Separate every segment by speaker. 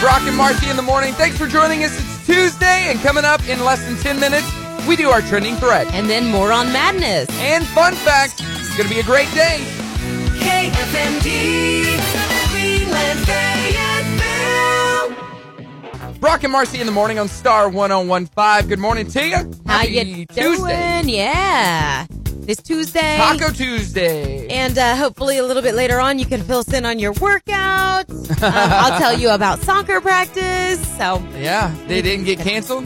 Speaker 1: Brock and Marcy in the morning. Thanks for joining us. It's Tuesday, and coming up in less than 10 minutes, we do our trending thread
Speaker 2: And then more on madness.
Speaker 1: and fun facts. It's going to be a great day.
Speaker 3: KFMD, Greenland, Fayetteville.
Speaker 1: Brock and Marcy in the morning on Star 1015. Good morning to you.
Speaker 2: How
Speaker 1: Happy
Speaker 2: you
Speaker 1: Tuesday.
Speaker 2: doing? Yeah. This Tuesday.
Speaker 1: Taco Tuesday.
Speaker 2: And uh, hopefully a little bit later on, you can fill us in on your workout. Um, I'll tell you about soccer practice. So
Speaker 1: yeah, they didn't get canceled.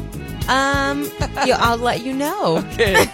Speaker 2: um, you, I'll let you know.
Speaker 1: Okay.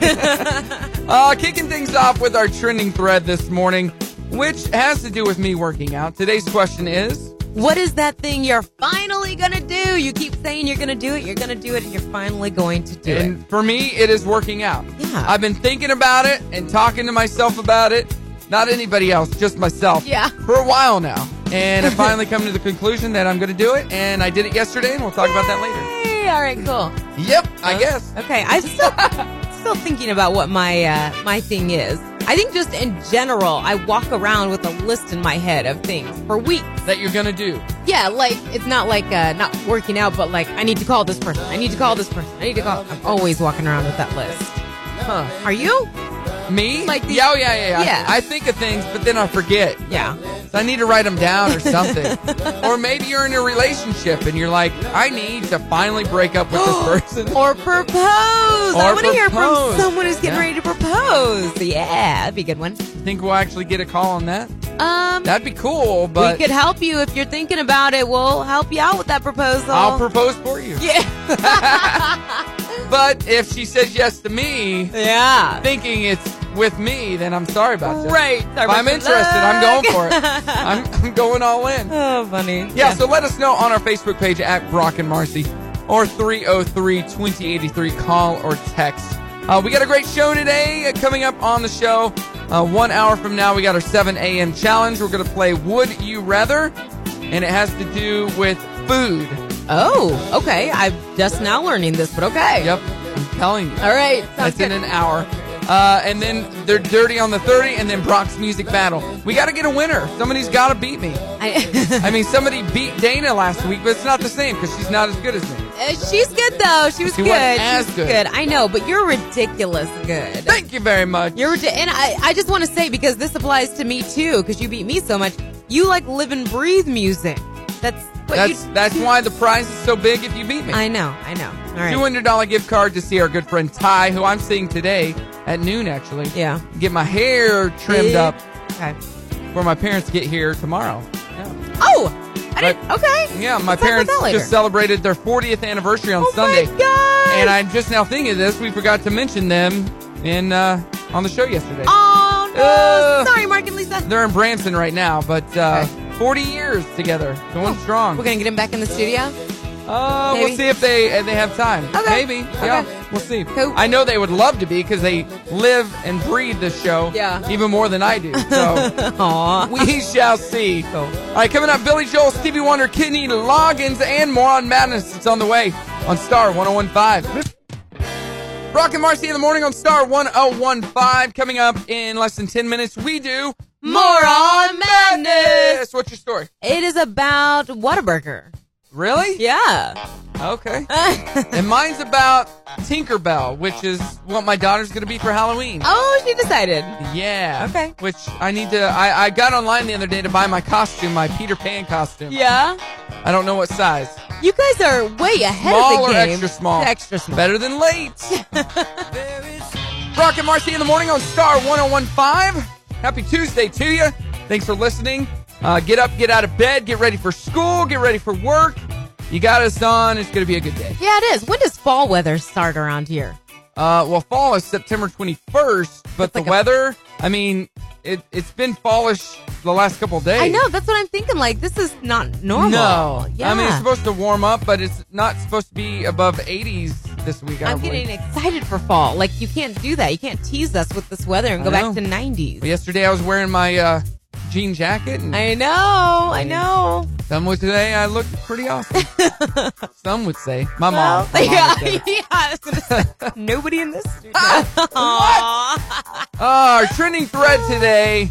Speaker 1: uh, kicking things off with our trending thread this morning, which has to do with me working out. Today's question is
Speaker 2: What is that thing you're finally going to do? You keep saying you're going to do it, you're going to do it, and you're finally going to do it.
Speaker 1: And for me, it is working out.
Speaker 2: Yeah.
Speaker 1: I've been thinking about it and talking to myself about it. Not anybody else, just myself.
Speaker 2: Yeah.
Speaker 1: For a while now. And I finally come to the conclusion that I'm going to do it. And I did it yesterday, and we'll talk about that later.
Speaker 2: Hey, all right, cool.
Speaker 1: Yep, I guess.
Speaker 2: Okay, I'm still still thinking about what my uh, my thing is. I think just in general, I walk around with a list in my head of things for weeks.
Speaker 1: That you're going to do.
Speaker 2: Yeah, like it's not like uh, not working out, but like I need to call this person. I need to call this person. I need to call. I'm always walking around with that list.
Speaker 1: Huh.
Speaker 2: Are you?
Speaker 1: Me?
Speaker 2: Like the-
Speaker 1: yeah, oh, yeah, yeah, yeah.
Speaker 2: Yeah.
Speaker 1: I think of things, but then I forget.
Speaker 2: Yeah.
Speaker 1: So I need to write them down or something. or maybe you're in a relationship and you're like, I need to finally break up with this person.
Speaker 2: Or propose. I
Speaker 1: Or
Speaker 2: want to hear from
Speaker 1: propose.
Speaker 2: someone who's getting
Speaker 1: Yeah.
Speaker 2: ready to propose. Yeah, that'd be a good one.
Speaker 1: Think we'll actually get a call on that?
Speaker 2: Um,
Speaker 1: That'd be cool,
Speaker 2: we
Speaker 1: but
Speaker 2: could help you if you're thinking about it. We'll help you out with that proposal.
Speaker 1: I'll propose for you.
Speaker 2: yeah.
Speaker 1: But if she says yes to me,
Speaker 2: Yeah.
Speaker 1: thinking it's with me, then I'm sorry about that.
Speaker 2: Right.
Speaker 1: If I'm interested, I'm going for it. I'm, I'm going all in.
Speaker 2: oh, funny.
Speaker 1: Yeah, so let us know on our Facebook page at Brock and Marcy or 303 2083. Call or text. Uh, we got a great show today uh, coming up on the show. Uh, one hour from now, we got our 7 a.m. challenge. We're going to play Would You Rather, and it has to do with food.
Speaker 2: Oh, okay. I'm just now learning this, but okay.
Speaker 1: Yep, I'm telling you.
Speaker 2: All right. Sounds
Speaker 1: That's in
Speaker 2: good.
Speaker 1: an hour. Uh, and then they're dirty on the 30, and then Brock's music battle. We got to get a winner. Somebody's got to beat me.
Speaker 2: I-
Speaker 1: I mean, somebody beat Dana last week, but it's not the same because she's not as good as me.
Speaker 2: Uh, she's good though. She was
Speaker 1: She
Speaker 2: good.
Speaker 1: wasn't as
Speaker 2: She's
Speaker 1: good.
Speaker 2: I know, but you're ridiculous good.
Speaker 1: Thank you very much.
Speaker 2: You're ridi- and I, I just want to say because this applies to me too because you beat me so much. You like live and breathe music. That's what
Speaker 1: that's
Speaker 2: you.
Speaker 1: that's why the prize is so big if you beat me.
Speaker 2: I know. I know. All right.
Speaker 1: Two hundred dollar gift card to see our good friend Ty, who I'm seeing today at noon actually.
Speaker 2: yeah.
Speaker 1: Get my hair trimmed up
Speaker 2: Okay.
Speaker 1: for my parents to get here tomorrow.
Speaker 2: Oh, I didn't.
Speaker 1: Right.
Speaker 2: Okay.
Speaker 1: Yeah, my
Speaker 2: Let's talk about
Speaker 1: parents
Speaker 2: that later.
Speaker 1: just celebrated their 40th anniversary on
Speaker 2: oh
Speaker 1: Sunday,
Speaker 2: my god.
Speaker 1: and I'm just now thinking of this. We forgot to mention them in uh, on the show yesterday.
Speaker 2: Oh no!
Speaker 1: Ugh.
Speaker 2: Sorry, Mark and Lisa.
Speaker 1: They're in Branson right now, but uh, 40 years together, going strong.
Speaker 2: Oh, We're gonna get him back in the studio.
Speaker 1: Uh,
Speaker 2: Maybe.
Speaker 1: we'll see if they if they have time.
Speaker 2: Okay.
Speaker 1: Maybe. Yeah.
Speaker 2: Okay.
Speaker 1: We'll see.
Speaker 2: Cool.
Speaker 1: I know they would love to be because they live and breathe this show.
Speaker 2: Yeah.
Speaker 1: Even more than I do. So
Speaker 2: Aw.
Speaker 1: we shall see. All right. Coming up, Billy Joel, Stevie Wonder, Kidney Loggins, and more on Madness. It's on the way on Star 1015. Brock and Marcy in the morning on Star 1015. Coming up in less than 10 minutes, we do
Speaker 2: More on madness.
Speaker 1: this. What's your story?
Speaker 2: It is about Whataburger.
Speaker 1: Really?
Speaker 2: Yeah.
Speaker 1: Okay.
Speaker 2: Oh,
Speaker 1: And mine's about Tinkerbell, which is what my daughter's going to be for Halloween.
Speaker 2: oh, she decided.
Speaker 1: Yeah.
Speaker 2: Okay.
Speaker 1: Which I need to. I, I got online the other day to buy my costume, my Peter Pan costume.
Speaker 2: Yeah.
Speaker 1: I don't know what size.
Speaker 2: You guys are way ahead
Speaker 1: Small
Speaker 2: of
Speaker 1: or
Speaker 2: the game.
Speaker 1: extra small?
Speaker 2: Extra small.
Speaker 1: Better than late. Brock and Marcy in the morning on Star 1015. Happy Tuesday to you. Thanks for listening. Uh, get up, get out of bed, get ready for school, get ready for work. You got us on. It's going to be a good day.
Speaker 2: Yeah, it is. When does fall weather start around here?
Speaker 1: Uh, well, fall is September 21st, but
Speaker 2: That's like
Speaker 1: the
Speaker 2: a-
Speaker 1: weather, I mean, it, it's been fallish the last couple of days.
Speaker 2: I know. That's what I'm thinking. Like, this is not normal.
Speaker 1: No.
Speaker 2: Yeah.
Speaker 1: I mean, it's supposed to warm up, but it's not supposed to be above 80s this week, I
Speaker 2: I'm
Speaker 1: don't
Speaker 2: getting
Speaker 1: believe.
Speaker 2: excited for fall. Like, you can't do that. You can't tease us with this weather and
Speaker 1: I
Speaker 2: go back
Speaker 1: know.
Speaker 2: to 90s.
Speaker 1: But yesterday I was wearing my uh, jean jacket, and
Speaker 2: I know. I know.
Speaker 1: some would say I looked pretty awesome. some would say. My mom. my mom
Speaker 2: yeah,
Speaker 1: would say.
Speaker 2: yeah. I was gonna say, nobody in this studio. Aw.
Speaker 1: Uh, our trending thread today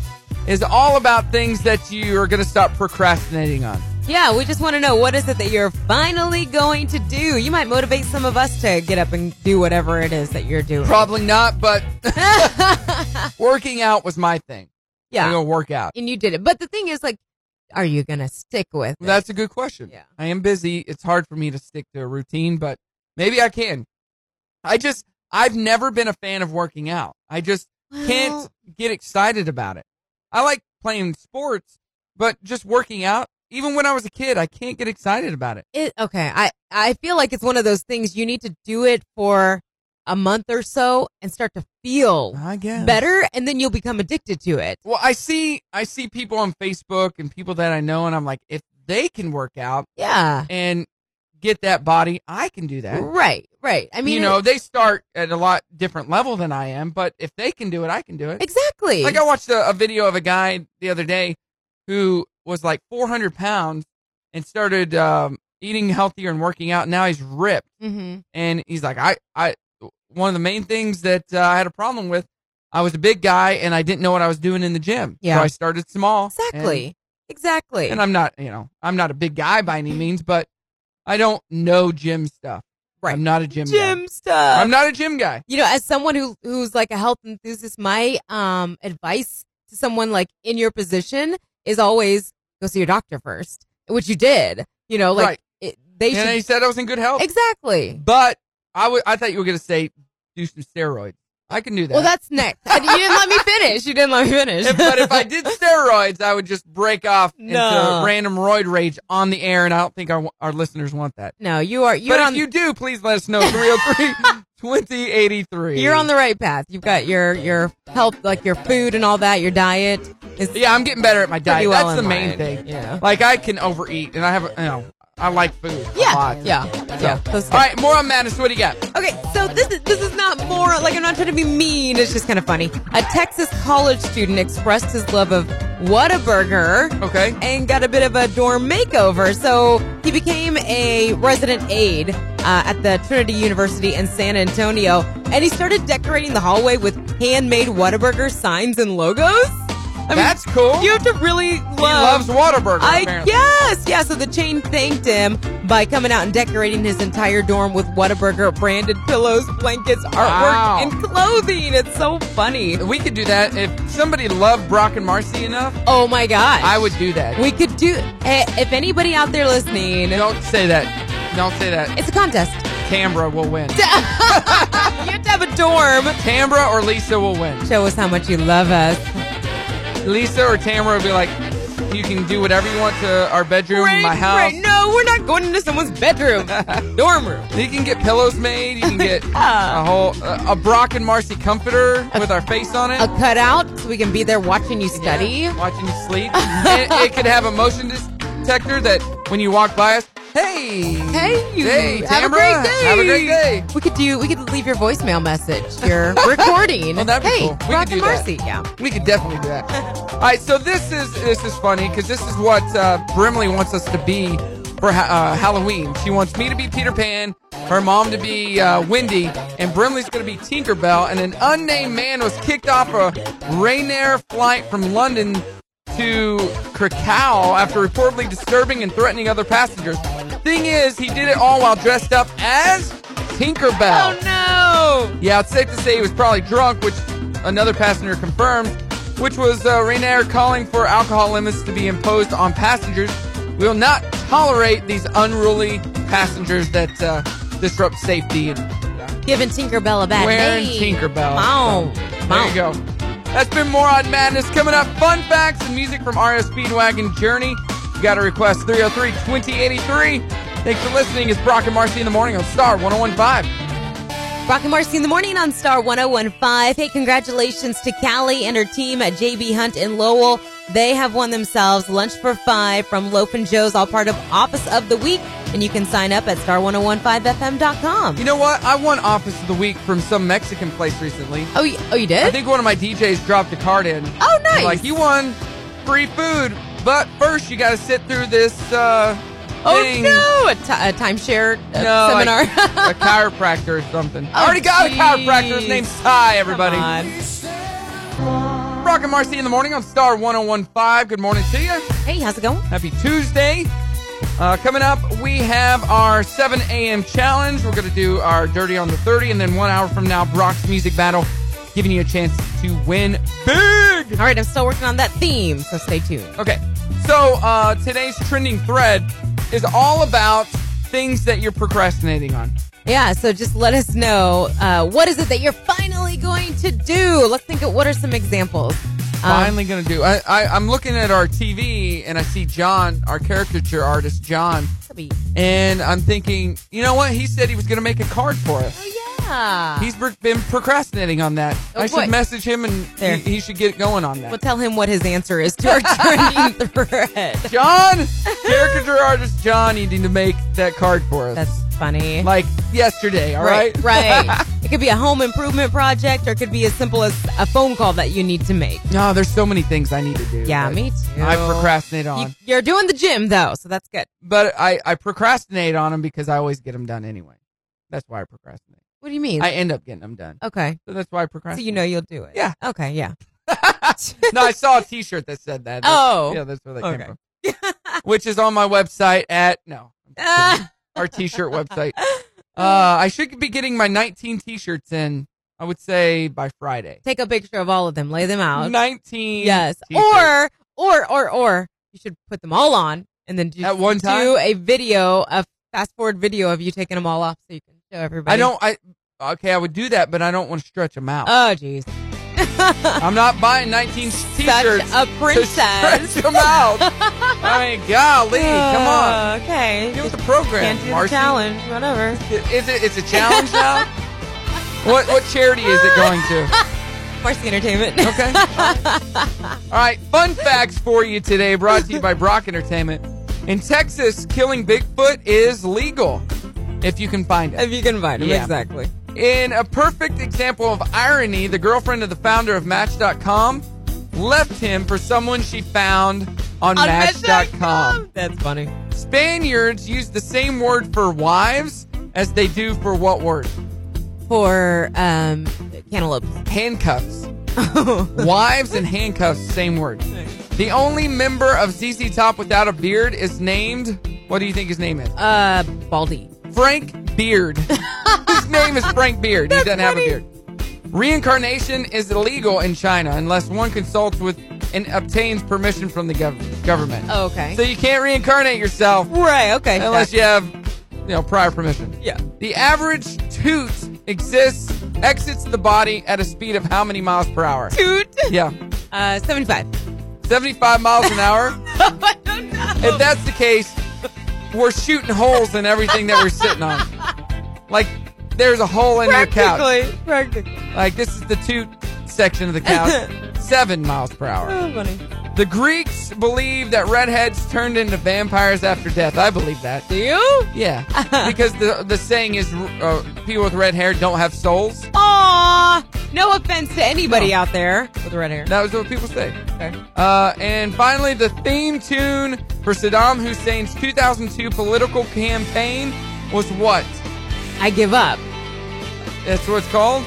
Speaker 1: is all about things that you are going to stop procrastinating on.
Speaker 2: Yeah, we just want to know what is it that you're finally going to do? You might motivate some of us to get up and do whatever it is that you're doing.
Speaker 1: Probably not, but working out was my thing.
Speaker 2: yeah.
Speaker 1: I go work out.
Speaker 2: and you did it. But the thing is, like, are you gonna stick with it?
Speaker 1: That's a good question.
Speaker 2: Yeah.
Speaker 1: I am busy. It's hard for me to stick to a routine, but maybe I can. I just, I've never been a fan of working out. I just can't
Speaker 2: Well,
Speaker 1: get excited about it. I like playing sports, but just working out, even when I was a kid, I can't get excited about it.
Speaker 2: It, okay, I I feel like it's one of those things you need to do it for a month or so and start to feel
Speaker 1: I guess.
Speaker 2: better, and then you'll become addicted to it.
Speaker 1: Well, I see, I see people on Facebook and people that I know, and I'm like, if they can work out
Speaker 2: Yeah.
Speaker 1: and get that body, I can do that.
Speaker 2: Right. Right. I mean,
Speaker 1: you know, they start at a lot different level than I am, but if they can do it, I can do it.
Speaker 2: exactly.
Speaker 1: Like I watched a, a video of a guy the other day who was like 400 pounds and started um, eating healthier and working out. Now he's ripped,
Speaker 2: hmm
Speaker 1: and he's like, I, I, one of the main things that uh, I had a problem with, I was a big guy and I didn't know what I was doing in the gym.
Speaker 2: Yeah.
Speaker 1: so I started small. and-
Speaker 2: Exactly. exactly.
Speaker 1: and I'm not, you know, I'm not a big guy by any means, but I don't know gym stuff.
Speaker 2: Right.
Speaker 1: I'm not a gym. guy.
Speaker 2: Gym stuff.
Speaker 1: I'm not a gym guy.
Speaker 2: you know, as someone who who's like a health enthusiast, my um advice to someone like in your position is always go see your doctor first, which you did. You know, like
Speaker 1: Right.
Speaker 2: it, they
Speaker 1: and he
Speaker 2: should
Speaker 1: said "Oh." I was in good health.
Speaker 2: exactly.
Speaker 1: But I would. I thought you were gonna say do some steroids. I can do that.
Speaker 2: Well, that's next. I- you didn't let me finish. You didn't let me finish.
Speaker 1: If- but if I did steroids, I would just break off
Speaker 2: No.
Speaker 1: into random roid rage on the air, and I don't think our our listeners want that.
Speaker 2: no, you are you're
Speaker 1: but
Speaker 2: on
Speaker 1: if you do, please let us know. 303 2083.
Speaker 2: you're on the right path. You've got your your health, like your food and all that. Your diet is
Speaker 1: Yeah, I'm getting better at my
Speaker 2: pretty
Speaker 1: diet.
Speaker 2: well
Speaker 1: That's
Speaker 2: in
Speaker 1: the main
Speaker 2: line.
Speaker 1: thing.
Speaker 2: Yeah.
Speaker 1: Like, I can overeat, and I have, a- you know, I like food. A lot.
Speaker 2: Yeah, yeah, yeah. Those-
Speaker 1: All right, more on madness. What do you got?
Speaker 2: Okay, so this is this is not more like I'm not trying to be mean. It's just kind of funny. A Texas college student expressed his love of Whataburger
Speaker 1: Okay.
Speaker 2: and got a bit of a dorm makeover. So he became a resident aide uh, at the Trinity University in San Antonio, and he started decorating the hallway with handmade Whataburger signs and logos. I mean,
Speaker 1: That's cool.
Speaker 2: you have to really love.
Speaker 1: he loves Whataburger,
Speaker 2: I
Speaker 1: apparently.
Speaker 2: guess. Yeah, so the chain thanked him by coming out and decorating his entire dorm with Whataburger branded pillows, blankets, artwork,
Speaker 1: Wow.
Speaker 2: and clothing. It's so funny.
Speaker 1: We could do that. If somebody loved Brock and Marcy enough,
Speaker 2: Oh my gosh.
Speaker 1: I would do that.
Speaker 2: we could do eh, if anybody out there listening,
Speaker 1: Don't say that. Don't say that.
Speaker 2: it's a contest.
Speaker 1: Tambra will win.
Speaker 2: You have to have a dorm.
Speaker 1: Tambra or Lisa will win.
Speaker 2: Show us how much you love us.
Speaker 1: Lisa or Tamara will be like, you can do whatever you want to our bedroom,
Speaker 2: Right,
Speaker 1: my house.
Speaker 2: right. No, we're not going into someone's bedroom. dorm room.
Speaker 1: You can get pillows made. You can get a whole uh, a Brock and Marcy comforter with our face on it.
Speaker 2: A cutout so we can be there watching you study.
Speaker 1: Yeah, watching you sleep. it, it could have a motion detector that when you walk by us, hey,
Speaker 2: Hey, you.
Speaker 1: hey,
Speaker 2: have
Speaker 1: Tamara,
Speaker 2: a great day.
Speaker 1: have a great day.
Speaker 2: We could do. We could leave your voicemail message. Your recording.
Speaker 1: Oh, that'd be
Speaker 2: hey,
Speaker 1: cool. We could
Speaker 2: Brock
Speaker 1: do
Speaker 2: and
Speaker 1: that.
Speaker 2: Marcy. Yeah.
Speaker 1: We could definitely do that. All right, so this is this is funny because this is what uh, Brimley wants us to be for ha- uh, Halloween. She wants me to be Peter Pan, her mom to be uh, Wendy, and Brimley's going to be Tinkerbell. And an unnamed man was kicked off a Ryanair flight from London to Krakow after reportedly disturbing and threatening other passengers. Thing is, he did it all while dressed up as Tinkerbell.
Speaker 2: no.
Speaker 1: Yeah, it's safe to say he was probably drunk, which another passenger confirmed, which was uh, Ryanair calling for alcohol limits to be imposed on passengers. We will not tolerate these unruly passengers that uh, disrupt safety. And
Speaker 2: Giving Tinkerbell a bad
Speaker 1: Wearing
Speaker 2: name.
Speaker 1: Tinkerbell.
Speaker 2: Come on. Come
Speaker 1: there
Speaker 2: on.
Speaker 1: you go. That's been more on Madness. Coming up, fun facts and music from RS Speedwagon Journey. You got a request 303 2083. Thanks for listening. It's Brock and Marcy in the morning on Star 1015.
Speaker 2: Brock and Marcy in the morning on Star 1015. Hey, congratulations to Callie and her team at JB Hunt in Lowell. They have won themselves Lunch for Five from Loaf and Joe's, all part of Office of the Week. And you can sign up at star1015fm.com.
Speaker 1: You know what? I won Office of the Week from some Mexican place recently.
Speaker 2: Oh, you, oh, you did?
Speaker 1: I think one of my DJs dropped a card in.
Speaker 2: Oh,
Speaker 1: He's
Speaker 2: nice.
Speaker 1: Like you won free food, but first you got to sit through this uh,
Speaker 2: Oh
Speaker 1: thing.
Speaker 2: no, a, ti- a timeshare uh,
Speaker 1: No,
Speaker 2: seminar.
Speaker 1: like a chiropractor or something. I already got a
Speaker 2: geez.
Speaker 1: chiropractor. His name's Ty. Everybody.
Speaker 2: Come on.
Speaker 1: Brock and Marcy in the morning on Star 101.5. Good morning to you.
Speaker 2: Hey, how's it going?
Speaker 1: Happy Tuesday. Uh, coming up, we have our 7 a.m. challenge. We're going to do our Dirty on the 30, and then one hour from now, Brock's Music Battle, giving you a chance to win big.
Speaker 2: All right, I'm still working on that theme, so stay tuned.
Speaker 1: Okay. So uh, today's trending thread is all about things that you're procrastinating on.
Speaker 2: Yeah, so just let us know uh, what is it that you're finally going to do. Let's think of what are some examples. Um,
Speaker 1: Finally, gonna do. I, I I'm looking at our TV and I see John, our caricature artist John, and I'm thinking, you know what? He said he was gonna make a card for us.
Speaker 2: oh yeah.
Speaker 1: He's pro- been procrastinating on that.
Speaker 2: Oh,
Speaker 1: I
Speaker 2: boy.
Speaker 1: should message him and
Speaker 2: There.
Speaker 1: he, he should get going on that.
Speaker 2: we'll tell him what his answer is to our trending thread.
Speaker 1: John, caricature artist John, needing to make that card for us.
Speaker 2: That's funny.
Speaker 1: like yesterday. All right,
Speaker 2: right. right. it could be a home improvement project, or it could be as simple as a phone call that you need to make.
Speaker 1: No, there's so many things I need to do.
Speaker 2: Yeah,
Speaker 1: but
Speaker 2: me too.
Speaker 1: I procrastinate on,
Speaker 2: You, you're doing the gym though, so that's good.
Speaker 1: but I I procrastinate on them because I always get them done anyway. That's why I procrastinate.
Speaker 2: What do you mean?
Speaker 1: I end up getting them done,
Speaker 2: okay,
Speaker 1: so that's why I
Speaker 2: so
Speaker 1: procrastinate.
Speaker 2: you know you'll do it.
Speaker 1: Yeah.
Speaker 2: Okay. Yeah.
Speaker 1: no, I saw a T-shirt that said that. That's-
Speaker 2: Oh.
Speaker 1: yeah, that's where that
Speaker 2: Okay.
Speaker 1: came from. Which is on my website at no
Speaker 2: Ah.
Speaker 1: our T-shirt website. Uh, I should be getting my 19 T-shirts in. I would say by Friday.
Speaker 2: Take a picture of all of them. Lay them out.
Speaker 1: 19.
Speaker 2: Yes.
Speaker 1: t-shirts.
Speaker 2: Or or or or you should put them all on and then just
Speaker 1: At one
Speaker 2: do
Speaker 1: time?
Speaker 2: a video, a fast forward video of you taking them all off so you can show everybody.
Speaker 1: I don't. I okay. I would do that, but I don't want to stretch them out.
Speaker 2: Oh jeez.
Speaker 1: I'm not buying 19
Speaker 2: Such
Speaker 1: T-shirts.
Speaker 2: a
Speaker 1: To
Speaker 2: princess.
Speaker 1: stretch them out. I mean, golly, come on.
Speaker 2: Uh, Okay.
Speaker 1: Get with the
Speaker 2: Can't
Speaker 1: program,
Speaker 2: do the
Speaker 1: Marcy.
Speaker 2: challenge. Whatever.
Speaker 1: Is it? It's a challenge now. what what charity is it going to?
Speaker 2: Marcy Entertainment.
Speaker 1: Okay. All right. Fun facts for you today, brought to you by Brock Entertainment. In Texas, killing Bigfoot is legal if you can find it.
Speaker 2: if you can find them,
Speaker 1: Yeah.
Speaker 2: exactly.
Speaker 1: In a perfect example of irony, the girlfriend of the founder of Match.com left him for someone she found on,
Speaker 2: On
Speaker 1: Match.com.
Speaker 2: That's funny.
Speaker 1: Spaniards use the same word for wives as they do for what word?
Speaker 2: For um cantaloupes.
Speaker 1: Handcuffs. Wives and handcuffs, same word. The only member of ZZ Top without a beard is named. What do you think his name is?
Speaker 2: uh Baldy.
Speaker 1: Frank Beard. His name is Frank Beard. he doesn't have a
Speaker 2: funny.
Speaker 1: beard. Reincarnation is illegal in China unless one consults with and obtains permission from the gov- government.
Speaker 2: Oh, okay.
Speaker 1: So you can't reincarnate yourself
Speaker 2: right, okay.
Speaker 1: unless you have, you know, prior permission.
Speaker 2: Yeah.
Speaker 1: The average toot exists exits the body at a speed of how many miles per hour?
Speaker 2: Toot.
Speaker 1: Yeah,
Speaker 2: Uh seventy five.
Speaker 1: 75 miles an hour.
Speaker 2: I don't know.
Speaker 1: If that's the case, we're shooting holes in everything that we're sitting on. Like, there's a hole in your couch.
Speaker 2: practically, practically.
Speaker 1: Like, this is the toot section of the couch. Seven miles per hour.
Speaker 2: Oh, funny.
Speaker 1: The Greeks believe that redheads turned into vampires after death. I believe that.
Speaker 2: Do you?
Speaker 1: Yeah. Because the, the saying is uh, people with red hair don't have souls.
Speaker 2: Aw, no offense to anybody out there with red hair.
Speaker 1: That was what people say.
Speaker 2: Okay.
Speaker 1: Uh, and finally, the theme tune for Saddam Hussein's 2002 political campaign was what?
Speaker 2: I give up.
Speaker 1: That's what it's called?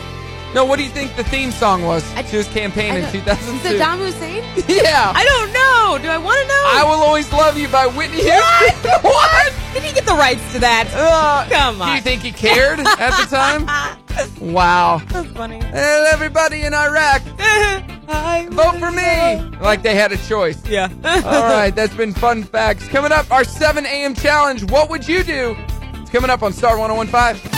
Speaker 1: No, what do you think the theme song was to his campaign
Speaker 2: I
Speaker 1: in
Speaker 2: don't-
Speaker 1: 2002?
Speaker 2: Saddam Hussein?
Speaker 1: Yeah.
Speaker 2: I don't know. Do I want to know?
Speaker 1: I Will Always Love You by Whitney Houston.
Speaker 2: What? what? Did he get the rights to that?
Speaker 1: Uh,
Speaker 2: Come
Speaker 1: Do
Speaker 2: on.
Speaker 1: you think he cared at the time? Wow.
Speaker 2: That's funny.
Speaker 1: And everybody in Iraq, vote for me. Like they had a choice.
Speaker 2: Yeah.
Speaker 1: All right, that's been fun facts. Coming up, our 7 a.m. challenge. What would you do? It's coming up on Star 1015.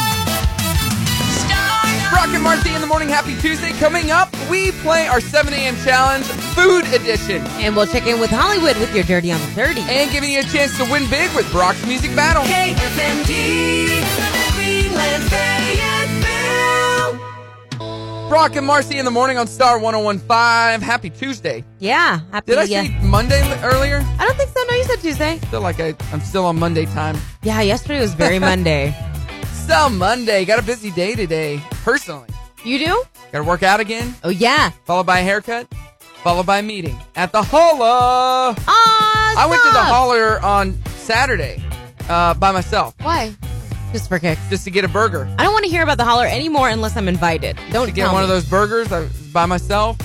Speaker 1: Rock and Marcy in the morning. Happy Tuesday. Coming up, we play our 7 a.m. challenge, food edition,
Speaker 2: and we'll check in with Hollywood with your dirty on the dirty.
Speaker 1: and giving you a chance to win big with Brock's Music Battle.
Speaker 3: KFMD, Greenland, Fayetteville.
Speaker 1: Brock and Marcy in the morning on Star 1015. Happy Tuesday.
Speaker 2: yeah. Happy
Speaker 1: Did I
Speaker 2: yeah.
Speaker 1: say Monday l- earlier?
Speaker 2: I don't think so. No, you said Tuesday.
Speaker 1: I feel like I, I'm still on Monday time.
Speaker 2: Yeah, yesterday was very Monday.
Speaker 1: Still Monday. Got a busy day today, personally.
Speaker 2: You do?
Speaker 1: Got to work out again.
Speaker 2: Oh, yeah.
Speaker 1: followed by a haircut, followed by a meeting at the holla.
Speaker 2: Awesome. I
Speaker 1: I went to the holler on Saturday uh, by myself
Speaker 2: Why? Just for kicks.
Speaker 1: just to get a burger.
Speaker 2: I don't want to hear about the holler anymore unless I'm invited. Don't
Speaker 1: To get
Speaker 2: tell
Speaker 1: one
Speaker 2: me.
Speaker 1: uh, of those burgers I was by myself,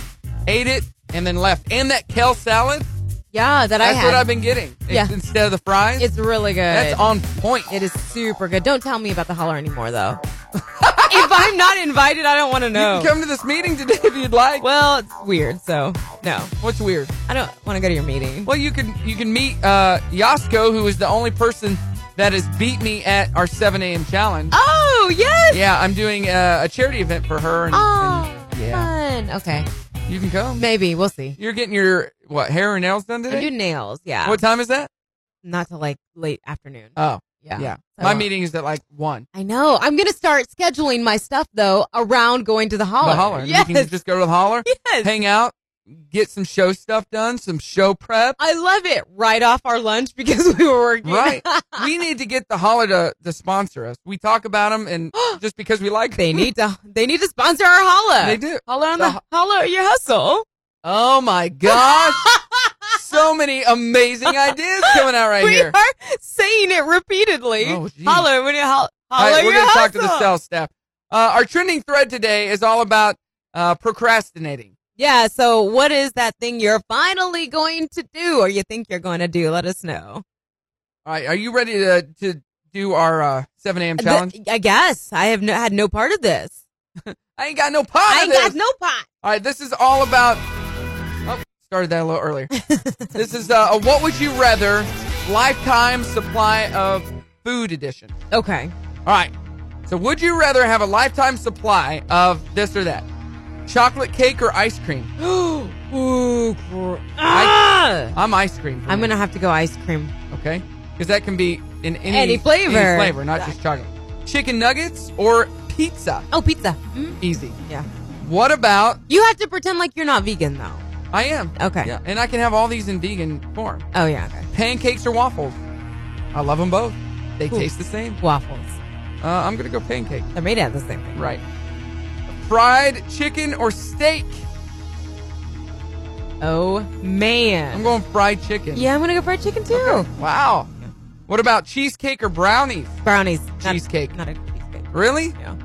Speaker 1: ate it, and then left. And that kale salad,
Speaker 2: Yeah, that I
Speaker 1: That's
Speaker 2: had.
Speaker 1: what I've been getting. It's
Speaker 2: Yeah.
Speaker 1: Instead of the fries,
Speaker 2: It's really good.
Speaker 1: that's on point.
Speaker 2: It is super good. Don't tell me about the holler anymore, though. if I'm not invited, I don't want to know.
Speaker 1: You can come to this meeting today if you'd like.
Speaker 2: Well, it's weird, so no.
Speaker 1: What's weird?
Speaker 2: I don't want to go to your meeting.
Speaker 1: Well, you can you can meet uh, Yasko, who is the only person that has beat me at our 7 a.m. challenge.
Speaker 2: Oh, yes!
Speaker 1: Yeah, I'm doing uh, a charity event for her. And,
Speaker 2: Oh,
Speaker 1: and- yeah,
Speaker 2: fun. Okay,
Speaker 1: you can come.
Speaker 2: maybe. We'll see.
Speaker 1: You're getting your what hair and nails done
Speaker 2: I
Speaker 1: today.
Speaker 2: do nails, yeah.
Speaker 1: What time is that?
Speaker 2: Not till like late afternoon.
Speaker 1: Oh,
Speaker 2: yeah.
Speaker 1: yeah.
Speaker 2: So-
Speaker 1: My meeting is at like one.
Speaker 2: I know. I'm going to start scheduling my stuff, though, around going to the holler.
Speaker 1: The holler.
Speaker 2: Yes.
Speaker 1: You can just go to the holler,
Speaker 2: yes.
Speaker 1: hang out, get some show stuff done, some show prep.
Speaker 2: I love it. Right off our lunch because we were working.
Speaker 1: Right. we need to get the holler to, to sponsor us. We talk about them, and just because we like
Speaker 2: they need to. They need to sponsor our holla.
Speaker 1: They do.
Speaker 2: Holla on
Speaker 1: The
Speaker 2: the,
Speaker 1: ho-
Speaker 2: holla your hustle.
Speaker 1: Oh my gosh. so many amazing ideas coming out right
Speaker 2: we
Speaker 1: here.
Speaker 2: are saying it repeatedly.
Speaker 1: Oh, geez.
Speaker 2: holla when you holla.
Speaker 1: All
Speaker 2: Holla
Speaker 1: right, we're
Speaker 2: your
Speaker 1: going to
Speaker 2: hustle.
Speaker 1: talk to the sales staff. Uh, our trending thread today is all about uh, procrastinating.
Speaker 2: Yeah. So what is that thing you're finally going to do, or you think you're going to do? Let us know.
Speaker 1: All right, are you ready to, to do our uh, 7 a.m.
Speaker 2: The-
Speaker 1: challenge?
Speaker 2: I guess I have no, had no part of this.
Speaker 1: I ain't got no pot.
Speaker 2: I
Speaker 1: of
Speaker 2: ain't
Speaker 1: this.
Speaker 2: got no pot.
Speaker 1: All right, this is all about. Oh, started that a little earlier. this is uh, a what would you rather lifetime supply of food edition.
Speaker 2: Okay.
Speaker 1: All right, so would you rather have a lifetime supply of this or that? Chocolate cake or ice cream?
Speaker 2: Ooh. gr- Ah!
Speaker 1: I'm ice cream. for
Speaker 2: I'm
Speaker 1: me,
Speaker 2: gonna have to go ice cream.
Speaker 1: okay because that can be in any,
Speaker 2: Any flavor.
Speaker 1: any flavor, not just chocolate. Chicken nuggets or pizza?
Speaker 2: Oh, pizza. Mm,
Speaker 1: Easy.
Speaker 2: yeah.
Speaker 1: What about
Speaker 2: You have to pretend like you're not vegan though.
Speaker 1: I am?
Speaker 2: Okay.
Speaker 1: Yeah, and I can have all these in vegan form.
Speaker 2: Oh yeah. Okay.
Speaker 1: pancakes or waffles? I love them both. They
Speaker 2: Cool.
Speaker 1: taste the same.
Speaker 2: Waffles.
Speaker 1: Uh, I'm gonna go pancake.
Speaker 2: They're made out of the same thing.
Speaker 1: Right. Fried chicken or steak?
Speaker 2: Oh man.
Speaker 1: I'm going fried chicken.
Speaker 2: yeah, I'm gonna go fried chicken too.
Speaker 1: Wow. What about cheesecake or brownies?
Speaker 2: Brownies. Not-
Speaker 1: Cheesecake.
Speaker 2: Not, a cheesecake.
Speaker 1: Really?
Speaker 2: Yeah.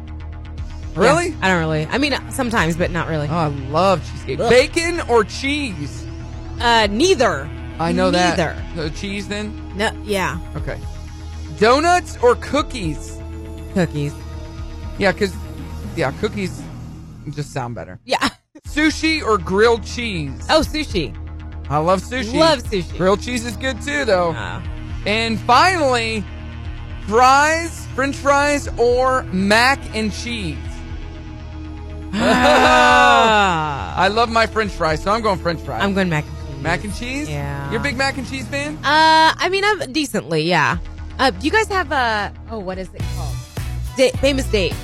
Speaker 1: Really?
Speaker 2: Yeah, I don't really. I mean, sometimes, but not really.
Speaker 1: Oh, I love cheesecake.
Speaker 2: Ugh.
Speaker 1: Bacon or cheese?
Speaker 2: Uh, neither.
Speaker 1: I know that.
Speaker 2: Neither.
Speaker 1: So cheese then?
Speaker 2: No. Yeah.
Speaker 1: Okay. Donuts or cookies?
Speaker 2: Cookies.
Speaker 1: Yeah, cause yeah, cookies just sound better.
Speaker 2: Yeah.
Speaker 1: Sushi or grilled cheese?
Speaker 2: Oh, sushi.
Speaker 1: I love sushi.
Speaker 2: Love sushi.
Speaker 1: Grilled cheese is good too, though.
Speaker 2: Uh,
Speaker 1: And finally, fries, french fries, or mac and cheese.
Speaker 2: ah.
Speaker 1: I love my french fries, so I'm going french fries.
Speaker 2: I'm going mac and cheese.
Speaker 1: mac and cheese?
Speaker 2: Yeah.
Speaker 1: You're a big mac and cheese fan?
Speaker 2: Uh, I mean, I'm decently. Yeah. Uh, do you guys have a? Oh, what is it called? Da- famous date.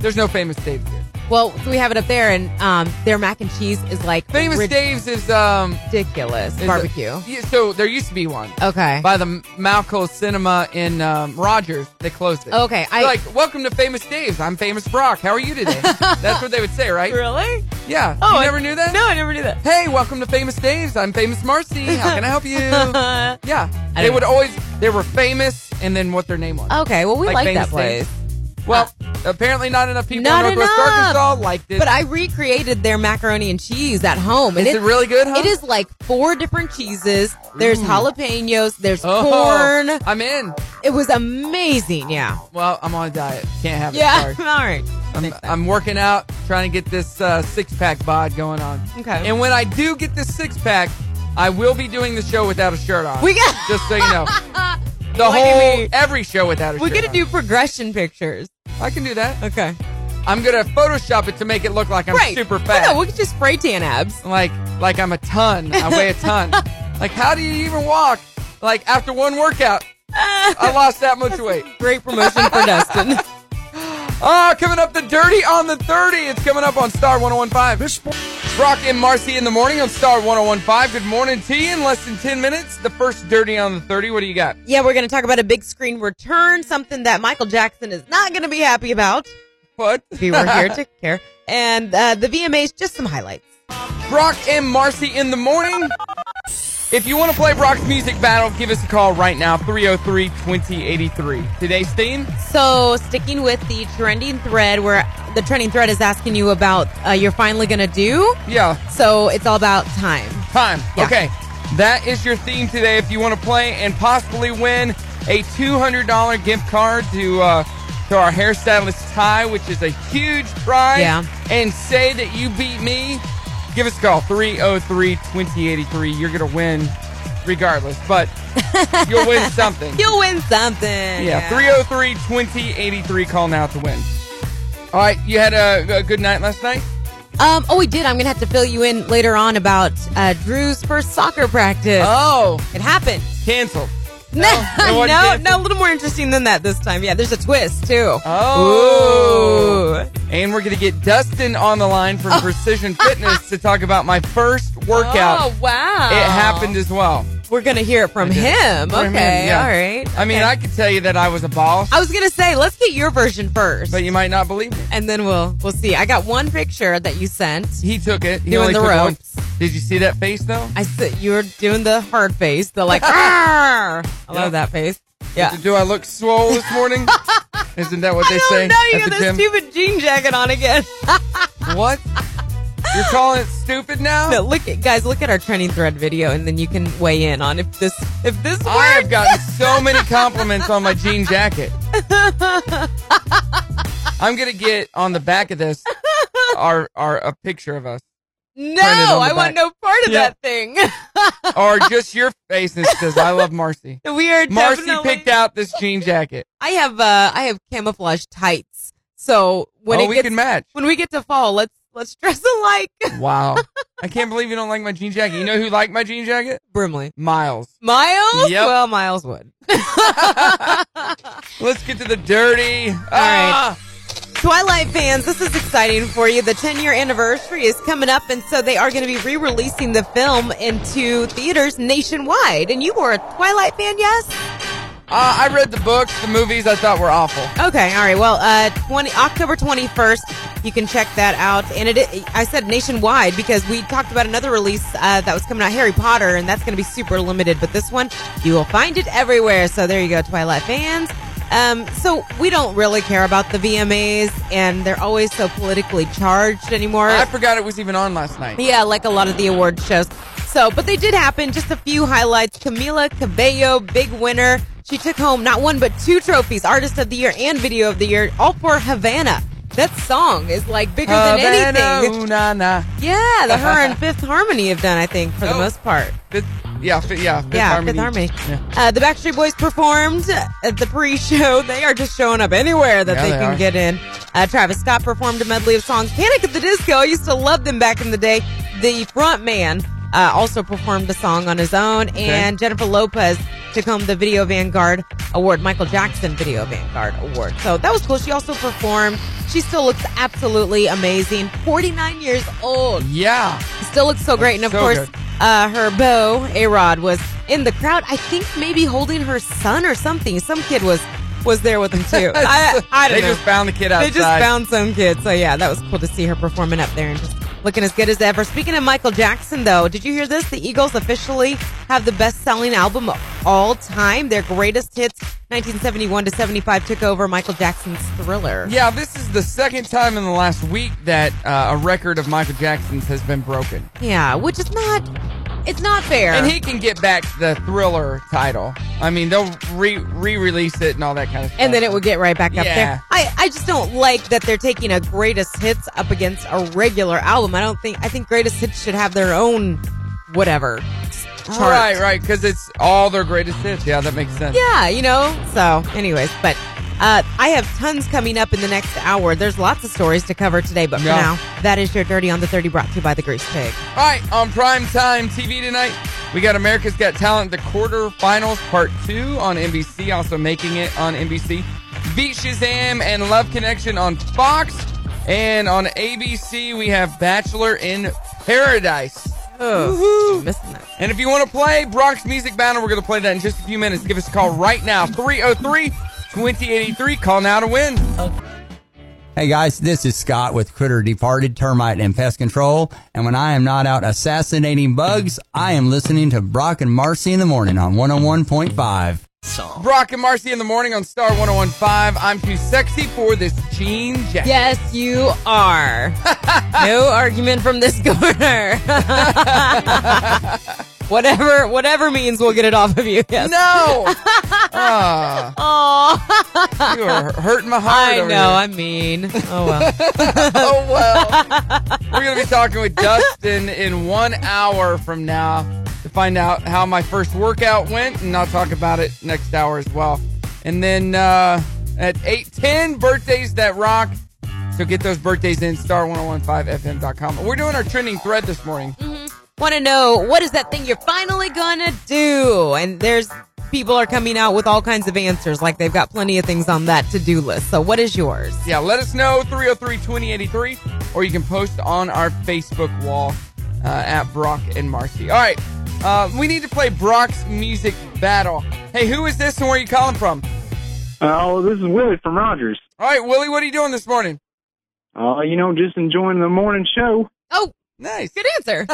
Speaker 1: There's no famous Dave's here.
Speaker 2: Well, so we have it up there, and um, their mac and cheese is like
Speaker 1: Famous
Speaker 2: rid-
Speaker 1: Dave's is um
Speaker 2: ridiculous
Speaker 1: is a-
Speaker 2: barbecue.
Speaker 1: yeah, so there used to be one
Speaker 2: okay.
Speaker 1: by the Malco Cinema in um, Rogers. They closed it.
Speaker 2: Okay,
Speaker 1: They're
Speaker 2: I-
Speaker 1: like welcome to Famous Dave's. I'm Famous Brock. How are you today? That's what they would say, right?
Speaker 2: Really?
Speaker 1: Yeah.
Speaker 2: Oh,
Speaker 1: you
Speaker 2: I-
Speaker 1: never knew that?
Speaker 2: No, I never knew that.
Speaker 1: Hey, welcome to Famous Dave's. I'm Famous Marcy. How can I help you? Yeah.
Speaker 2: I
Speaker 1: They
Speaker 2: don't
Speaker 1: would always, they were famous and then what their name was.
Speaker 2: okay, well, we
Speaker 1: Like
Speaker 2: like,
Speaker 1: famous
Speaker 2: that place. Uh,
Speaker 1: well, apparently not enough people
Speaker 2: Not
Speaker 1: in Northwest
Speaker 2: enough.
Speaker 1: Arkansas liked it.
Speaker 2: But I recreated their macaroni and cheese at home. And
Speaker 1: Is it really good, huh?
Speaker 2: It is like four different cheeses. There's
Speaker 1: Ooh.
Speaker 2: jalapenos. There's
Speaker 1: Mm. Oh,
Speaker 2: corn.
Speaker 1: I'm in.
Speaker 2: It was amazing. Yeah.
Speaker 1: Well, I'm on a diet. Can't have
Speaker 2: Yeah.
Speaker 1: it.
Speaker 2: All
Speaker 1: Sorry.
Speaker 2: right.
Speaker 1: I'm, I'm working out, trying to get this uh, six pack bod going on.
Speaker 2: Okay.
Speaker 1: And when I do get this six pack, I will be doing the show without a shirt on.
Speaker 2: We got-
Speaker 1: just so you know. The
Speaker 2: What do you
Speaker 1: whole
Speaker 2: mean?
Speaker 1: every show without a
Speaker 2: We're
Speaker 1: shirt
Speaker 2: gonna
Speaker 1: on.
Speaker 2: do progression pictures.
Speaker 1: I can do that.
Speaker 2: Okay.
Speaker 1: I'm gonna Photoshop it to make it look like I'm
Speaker 2: right.
Speaker 1: super fat.
Speaker 2: No, we could just spray tan abs.
Speaker 1: like like I'm a ton. I weigh a ton. like how do you even walk? Like after one workout, I lost that much weight.
Speaker 2: Great promotion for Dustin.
Speaker 1: Ah, coming up the dirty on the 30. It's coming up on Star 1015. Brock and Marcy in the morning on Star 1015. Good morning to you in less than 10 minutes. The first dirty on the 30. What do you got?
Speaker 2: Yeah, we're going to talk about a big screen return, something that Michael Jackson is not going to be happy about.
Speaker 1: What?
Speaker 2: If he were here to care. And uh, the VMAs, just some highlights.
Speaker 1: Brock and Marcy in the morning. If you want to play Brock's music battle, give us a call right now 303 2083. Today's theme
Speaker 2: So, sticking with the trending thread, where the trending thread is asking you about uh, you're finally going to do.
Speaker 1: Yeah,
Speaker 2: So, it's all about time.
Speaker 1: time.
Speaker 2: Yeah.
Speaker 1: Okay. That is your theme today. If you want to play and possibly win a $200 gift card to uh, to our hairstylist Ty, which is a huge prize,
Speaker 4: Yeah.
Speaker 1: and say that you beat me, give us a call 303 2083. You're going to win regardless, but you'll win something.
Speaker 2: You'll win something. Yeah,
Speaker 1: Yeah, 303 2083. Call now to win. All right, you had a, a good night last night?
Speaker 2: Um, oh, we did. I'm gonna have to fill you in later on about uh, Drew's first soccer practice.
Speaker 1: Oh,
Speaker 2: It happened.
Speaker 1: canceled.
Speaker 2: No,
Speaker 1: it
Speaker 2: no,
Speaker 1: wasn't
Speaker 2: no,
Speaker 1: canceled.
Speaker 2: a little more interesting than that this time. Yeah, there's a twist too.
Speaker 1: Oh.
Speaker 2: Ooh.
Speaker 1: And we're going to get Dustin on the line
Speaker 2: Oh.
Speaker 1: from Precision Fitness to talk about my first workout.
Speaker 2: Oh wow!
Speaker 1: It happened as well.
Speaker 2: We're gonna hear it from
Speaker 1: It did.
Speaker 2: him.
Speaker 1: From him,
Speaker 2: okay,
Speaker 1: yeah.
Speaker 2: all right.
Speaker 1: I mean,
Speaker 2: Okay.
Speaker 1: I could tell you that I was a boss,
Speaker 2: I was gonna say, let's get your version first,
Speaker 1: but you might not believe it.
Speaker 2: and then we'll we'll see. I got one picture that you sent.
Speaker 1: He took it. He
Speaker 2: Doing
Speaker 1: only
Speaker 2: the
Speaker 1: took one.
Speaker 2: ropes.
Speaker 1: Did you see that face, though?
Speaker 2: I said you're doing the hard face, the like. "Arr!" I
Speaker 1: Yeah.
Speaker 2: love that face. Yeah.
Speaker 1: Do I look swole this morning? Isn't that what they
Speaker 2: I
Speaker 1: say?
Speaker 2: don't know. You
Speaker 1: at
Speaker 2: got
Speaker 1: the
Speaker 2: this
Speaker 1: gym?
Speaker 2: stupid jean jacket on again.
Speaker 1: What? You're calling it stupid now?
Speaker 2: No, look at guys, look at our trending thread video, and then you can weigh in on if this if this
Speaker 1: I have
Speaker 2: works.
Speaker 1: gotten so many compliments on my jean jacket. I'm gonna get on the back of this our our a picture of us,
Speaker 2: no,
Speaker 1: printed on the
Speaker 2: I
Speaker 1: back.
Speaker 2: want no part of
Speaker 1: Yeah.
Speaker 2: that thing.
Speaker 1: or just your face that says "I love Marcy."
Speaker 2: we are
Speaker 1: Marcy
Speaker 2: definitely.
Speaker 1: picked out this jean jacket.
Speaker 2: I have uh, I have camouflage tights, so when
Speaker 1: oh,
Speaker 2: it
Speaker 1: we
Speaker 2: gets,
Speaker 1: can match.
Speaker 2: when we get to fall, let's let's dress alike.
Speaker 1: Wow, I can't believe you don't like my jean jacket. You know who liked my jean jacket?
Speaker 2: Brimley,
Speaker 1: Miles.
Speaker 2: Miles.
Speaker 1: Yep.
Speaker 2: Well, Miles would.
Speaker 1: Let's get to the dirty. Ah, All right.
Speaker 2: right. Twilight fans, this is exciting for you. The 10 year anniversary is coming up, and so they are going to be re releasing the film into theaters nationwide. And you were a Twilight fan, yes?
Speaker 1: Uh, I read the books. The movies I thought were awful.
Speaker 2: Okay, all right. Well, uh, 20, October 21st, you can check that out. And it, i- I said nationwide because we talked about another release uh, that was coming out, Harry Potter, and that's going to be super limited. But this one, you will find it everywhere. So there you go, Twilight fans. Um, so we don't really care about the VMAs, and they're always so politically charged anymore.
Speaker 1: I forgot it was even on last night.
Speaker 2: Yeah, like a lot of the award shows. So, but they did happen. Just a few highlights. Camila Cabello, big winner. She took home not one but two trophies: Artist of the Year and Video of the Year, all for Havana. That song is like bigger than
Speaker 1: Havana,
Speaker 2: anything.
Speaker 1: ooh, oh, na, na.
Speaker 2: Yeah, the her and Fifth Harmony have done, I think, for
Speaker 1: Oh.
Speaker 2: the most part.
Speaker 1: Fifth, yeah, fifth, yeah, Fifth
Speaker 2: yeah,
Speaker 1: Harmony.
Speaker 2: Fifth Harmony.
Speaker 1: Yeah.
Speaker 2: Uh, the Backstreet Boys performed at the pre-show. They are just showing up anywhere that
Speaker 1: Yeah,
Speaker 2: they,
Speaker 1: they
Speaker 2: can
Speaker 1: are.
Speaker 2: get in. Uh, Travis Scott performed a medley of songs. Panic at the Disco. I used to love them back in the day. The front man uh, also performed a song on his own, and Jennifer Lopez took home the Video Vanguard Award, Michael Jackson Video Vanguard Award. So that was cool. She also performed. She still looks absolutely amazing. 49 years old
Speaker 1: Yeah.
Speaker 2: still looks so great. And of
Speaker 1: So
Speaker 2: course,
Speaker 1: good.
Speaker 2: uh, her beau, A Rod, was in the crowd. I think maybe holding her son or something. Some kid was was there with him too. I, I don't
Speaker 1: they
Speaker 2: know.
Speaker 1: just found the kid outside.
Speaker 2: they just found some kid. So yeah, that was cool to see her performing up there and just looking as good as ever. Speaking of Michael Jackson, though, did you hear this? The Eagles officially have the best selling album of all time. Their greatest hits, 1971 to 75, took over Michael Jackson's Thriller.
Speaker 1: Yeah, this is the second time in the last week that uh, a record of Michael Jackson's has been broken.
Speaker 2: Yeah, which is not. It's not fair.
Speaker 1: And he can get back the Thriller title. I mean, they'll re re-release it and all that kind of stuff.
Speaker 2: and then it would get right back up
Speaker 1: Yeah.
Speaker 2: there. I, I just don't like that they're taking a greatest hits up against a regular album. I don't think I think greatest hits should have their own whatever s- chart.
Speaker 1: Right, right, because it's all their greatest hits. Yeah, that makes sense.
Speaker 2: Yeah, you know. So, anyways, but uh, I have tons coming up in the next hour. There's lots of stories to cover today, but
Speaker 1: Yeah.
Speaker 2: for now, that is your dirty on the thirty brought to you by the Grease Pig.
Speaker 1: All right, on primetime TV tonight, we got America's Got Talent, the quarterfinals part two on NBC, also making it on NBC. Beat Shazam and Love Connection on Fox. And on ABC, we have Bachelor in Paradise.
Speaker 2: Oh, missing that.
Speaker 1: And if you want to play Brock's Music Battle, we're going to play that in just a few minutes. Give us a call right now 303 2083. Call now to win.
Speaker 5: Hey guys, this is Scott with Critter Departed Termite and Pest Control. And when I am not out assassinating bugs, I am listening to Brock and Marcy in the morning on 101.5.
Speaker 1: Brock and Marcy in the morning on Star 1015. I'm too sexy for this jean jacket.
Speaker 2: Yes, you are. no argument from this corner. Whatever, whatever means we'll get it off of you. Yes.
Speaker 1: No! Ah,
Speaker 2: Aw,
Speaker 1: you are hurting my heart.
Speaker 2: I
Speaker 1: over
Speaker 2: know.
Speaker 1: here.
Speaker 2: I mean, oh well.
Speaker 1: oh well. We're gonna be talking with Dustin in one hour from now to find out how my first workout went, and I'll talk about it next hour as well. And then uh, at eight ten, birthdays that rock. So get those birthdays in star1015fm.com. We're doing our trending thread this morning.
Speaker 2: want to know what is that thing you're finally gonna do and there's people are coming out with all kinds of answers like they've got plenty of things on that to-do list so what is yours
Speaker 1: Yeah, let us know 303 2083, or you can post on our Facebook wall uh, at Brock and Marcy. All right, uh, we need to play Brock's music battle. Hey, who is this and where are you calling from?
Speaker 6: Oh, this is Willie from Rogers.
Speaker 1: All right, Willie, what are you doing this morning?
Speaker 6: Oh, you know, just enjoying the morning show.
Speaker 1: Nice.
Speaker 2: good answer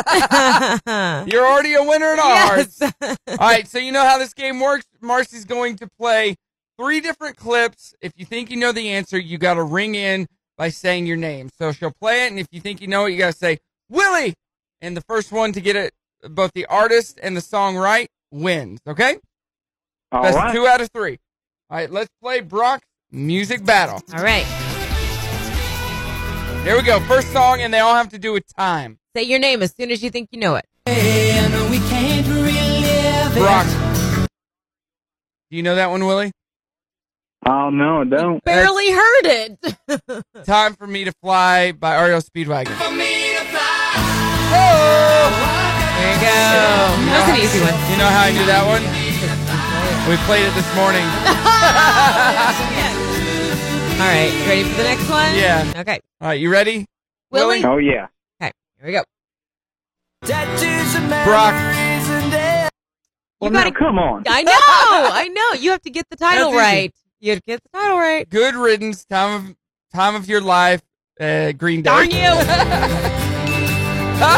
Speaker 1: You're already a winner in our hearts.
Speaker 2: yes
Speaker 1: All right, so you know how this game works. Marcy's going to play three different clips. If you think you know the answer, you got to ring in by saying your name. So she'll play it, and if you think you know it, you got to say Willie. And the first one to get it, both the artist and the song right, wins. Okay,
Speaker 6: All right.
Speaker 1: that's two out of three. All right, let's play Brock music battle.
Speaker 2: all right
Speaker 1: Here we go. First song, and they all have to do with time.
Speaker 2: say your name as soon as you think you know it
Speaker 1: Brock. Do you know that one, Willie?
Speaker 6: Oh, no, I don't.
Speaker 4: Barely heard it.
Speaker 1: Time for me to fly by Ariel Speedwagon. Oh! There you go.
Speaker 4: That was an easy one.
Speaker 1: You know how I knew that one? We played it this morning.
Speaker 2: all right you ready for the next one
Speaker 1: Yeah.
Speaker 2: okay
Speaker 1: All right, you ready?
Speaker 2: Willie?
Speaker 6: Oh, yeah.
Speaker 2: okay here we go
Speaker 1: Brock.
Speaker 6: Well,
Speaker 2: gotta-
Speaker 6: now, come on.
Speaker 2: i know i know you have to get the title
Speaker 1: That's easy.
Speaker 2: right you have to get the title right
Speaker 1: Good riddance. Time of time of your life. Uh, Green Day.
Speaker 2: darn you
Speaker 1: Oh,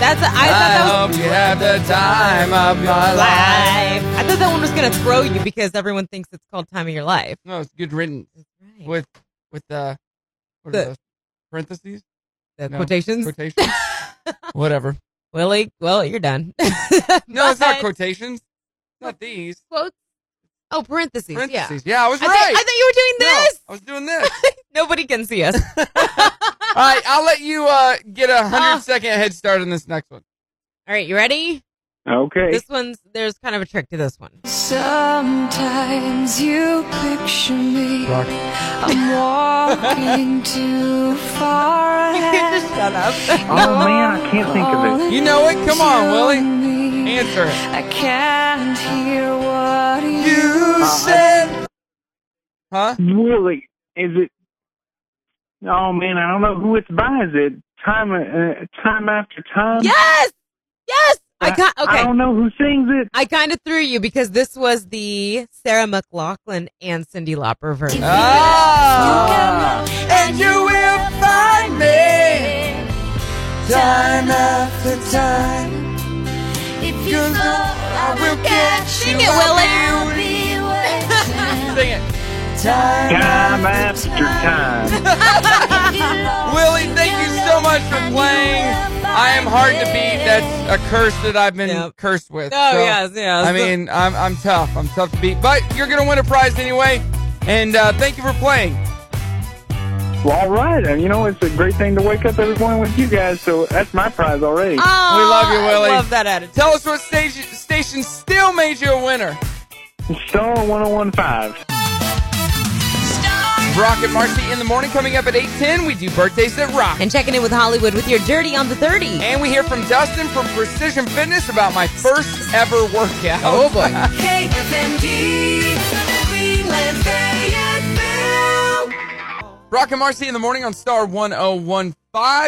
Speaker 2: that's a, i
Speaker 1: I,
Speaker 2: thought that was
Speaker 1: hope you have the time of my life.
Speaker 2: life. I thought that one was gonna throw you because everyone thinks it's called time of your life.
Speaker 1: No, it's good riddance with with uh, what
Speaker 2: The-
Speaker 1: are those? Parentheses,
Speaker 2: The
Speaker 1: No.
Speaker 2: quotations,
Speaker 1: quotations, whatever.
Speaker 2: Willie. Well, you're done.
Speaker 1: No, it's not
Speaker 2: But-
Speaker 1: quotations. Not these
Speaker 4: Quotes. Oh, parentheses. Yeah.
Speaker 1: parentheses. Yeah, I was
Speaker 2: I,
Speaker 1: right.
Speaker 2: thi- I thought you were doing
Speaker 1: No,
Speaker 2: this.
Speaker 1: I was doing this.
Speaker 2: Nobody can see us.
Speaker 1: All right, I'll let you uh, get a hundred second
Speaker 2: Ah.
Speaker 1: head start on this next one.
Speaker 2: All right, you ready?
Speaker 6: Okay.
Speaker 2: This one's there's kind of a trick to this one.
Speaker 3: Sometimes you picture me. I'm walking too far ahead.
Speaker 2: Shut up.
Speaker 6: oh, man, I can't think of it.
Speaker 1: You know it. Come on, Willie.
Speaker 3: Willie.
Speaker 1: Answer it.
Speaker 3: I can't hear what you.
Speaker 1: You said. Huh?
Speaker 6: Willie, is it. Oh, man, I don't know who it's by. Is it time, uh, time after time?
Speaker 2: yes, yes. I got
Speaker 6: I
Speaker 2: okay.
Speaker 6: don't know who sings it.
Speaker 2: I kind of threw you because this was the Sarah McLaughlin and Cindy Lauper version.
Speaker 1: Ah. And you will find me time after time.
Speaker 3: If
Speaker 1: Good
Speaker 3: you
Speaker 1: love, I will catch you.
Speaker 2: Sing it, Willie.
Speaker 3: I'll be waiting.
Speaker 1: Sing it.
Speaker 6: Time after time.
Speaker 1: Willie, thank you so much for playing. I am hard to beat. That's a curse that I've been
Speaker 2: Yep.
Speaker 1: cursed with.
Speaker 2: Oh
Speaker 1: so-
Speaker 2: yes, yes.
Speaker 1: I mean, I'm, I'm tough. I'm tough to beat. But you're going to win a prize anyway. And uh, thank you for playing.
Speaker 6: Well, all right. And, you know, it's a great thing to wake up every morning with you guys, so that's my prize already.
Speaker 2: Aw,
Speaker 1: we love you,
Speaker 2: Oh, I
Speaker 1: Willie.
Speaker 2: Love that attitude.
Speaker 1: Tell us what station, station still made you a winner.
Speaker 6: Star 1015.
Speaker 1: Brock and Marcy in the morning coming up at 8.10. We do birthdays that rock.
Speaker 2: and checking in with Hollywood with your dirty on the 30.
Speaker 1: And we hear from Dustin from Precision Fitness about my first ever workout. Oh, boy.
Speaker 3: KFMD, Greenland, Fayetteville.
Speaker 1: Brock and Marcy in the morning on Star 1015.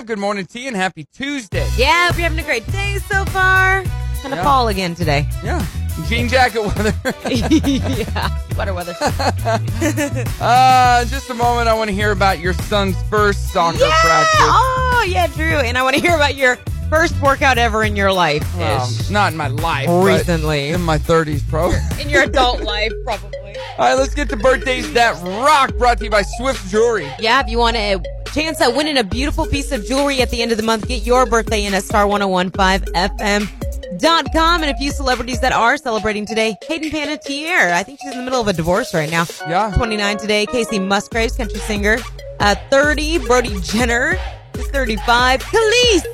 Speaker 1: Good morning to you and happy Tuesday.
Speaker 2: Yeah, we're having a great day so far. Kind of
Speaker 1: Yeah.
Speaker 2: fall again today.
Speaker 1: Yeah. Jean jacket weather.
Speaker 2: yeah, wetter weather.
Speaker 1: uh, just a moment. I want to hear about your son's first soccer
Speaker 2: yeah.
Speaker 1: practice.
Speaker 2: Oh, yeah, Drew. And I want to hear about your first workout ever in your life,
Speaker 1: Well,
Speaker 2: ish.
Speaker 1: not in my life. Um, but
Speaker 2: recently,
Speaker 1: In my 30s, bro. All
Speaker 2: in your adult life, probably.
Speaker 1: right, let's get to birthdays that rock. Brought to you by Swift Jewelry.
Speaker 2: Yeah, if you want to chance at winning a beautiful piece of jewelry at the end of the month. Get your birthday in at star1015fm.com. And a few celebrities that are celebrating today. Hayden Panettiere. I think she's in the middle of a divorce right now.
Speaker 1: Yeah.
Speaker 2: 29 today. Casey Musgraves, country singer. Uh, 30. Brody Jenner is 35. Khalees.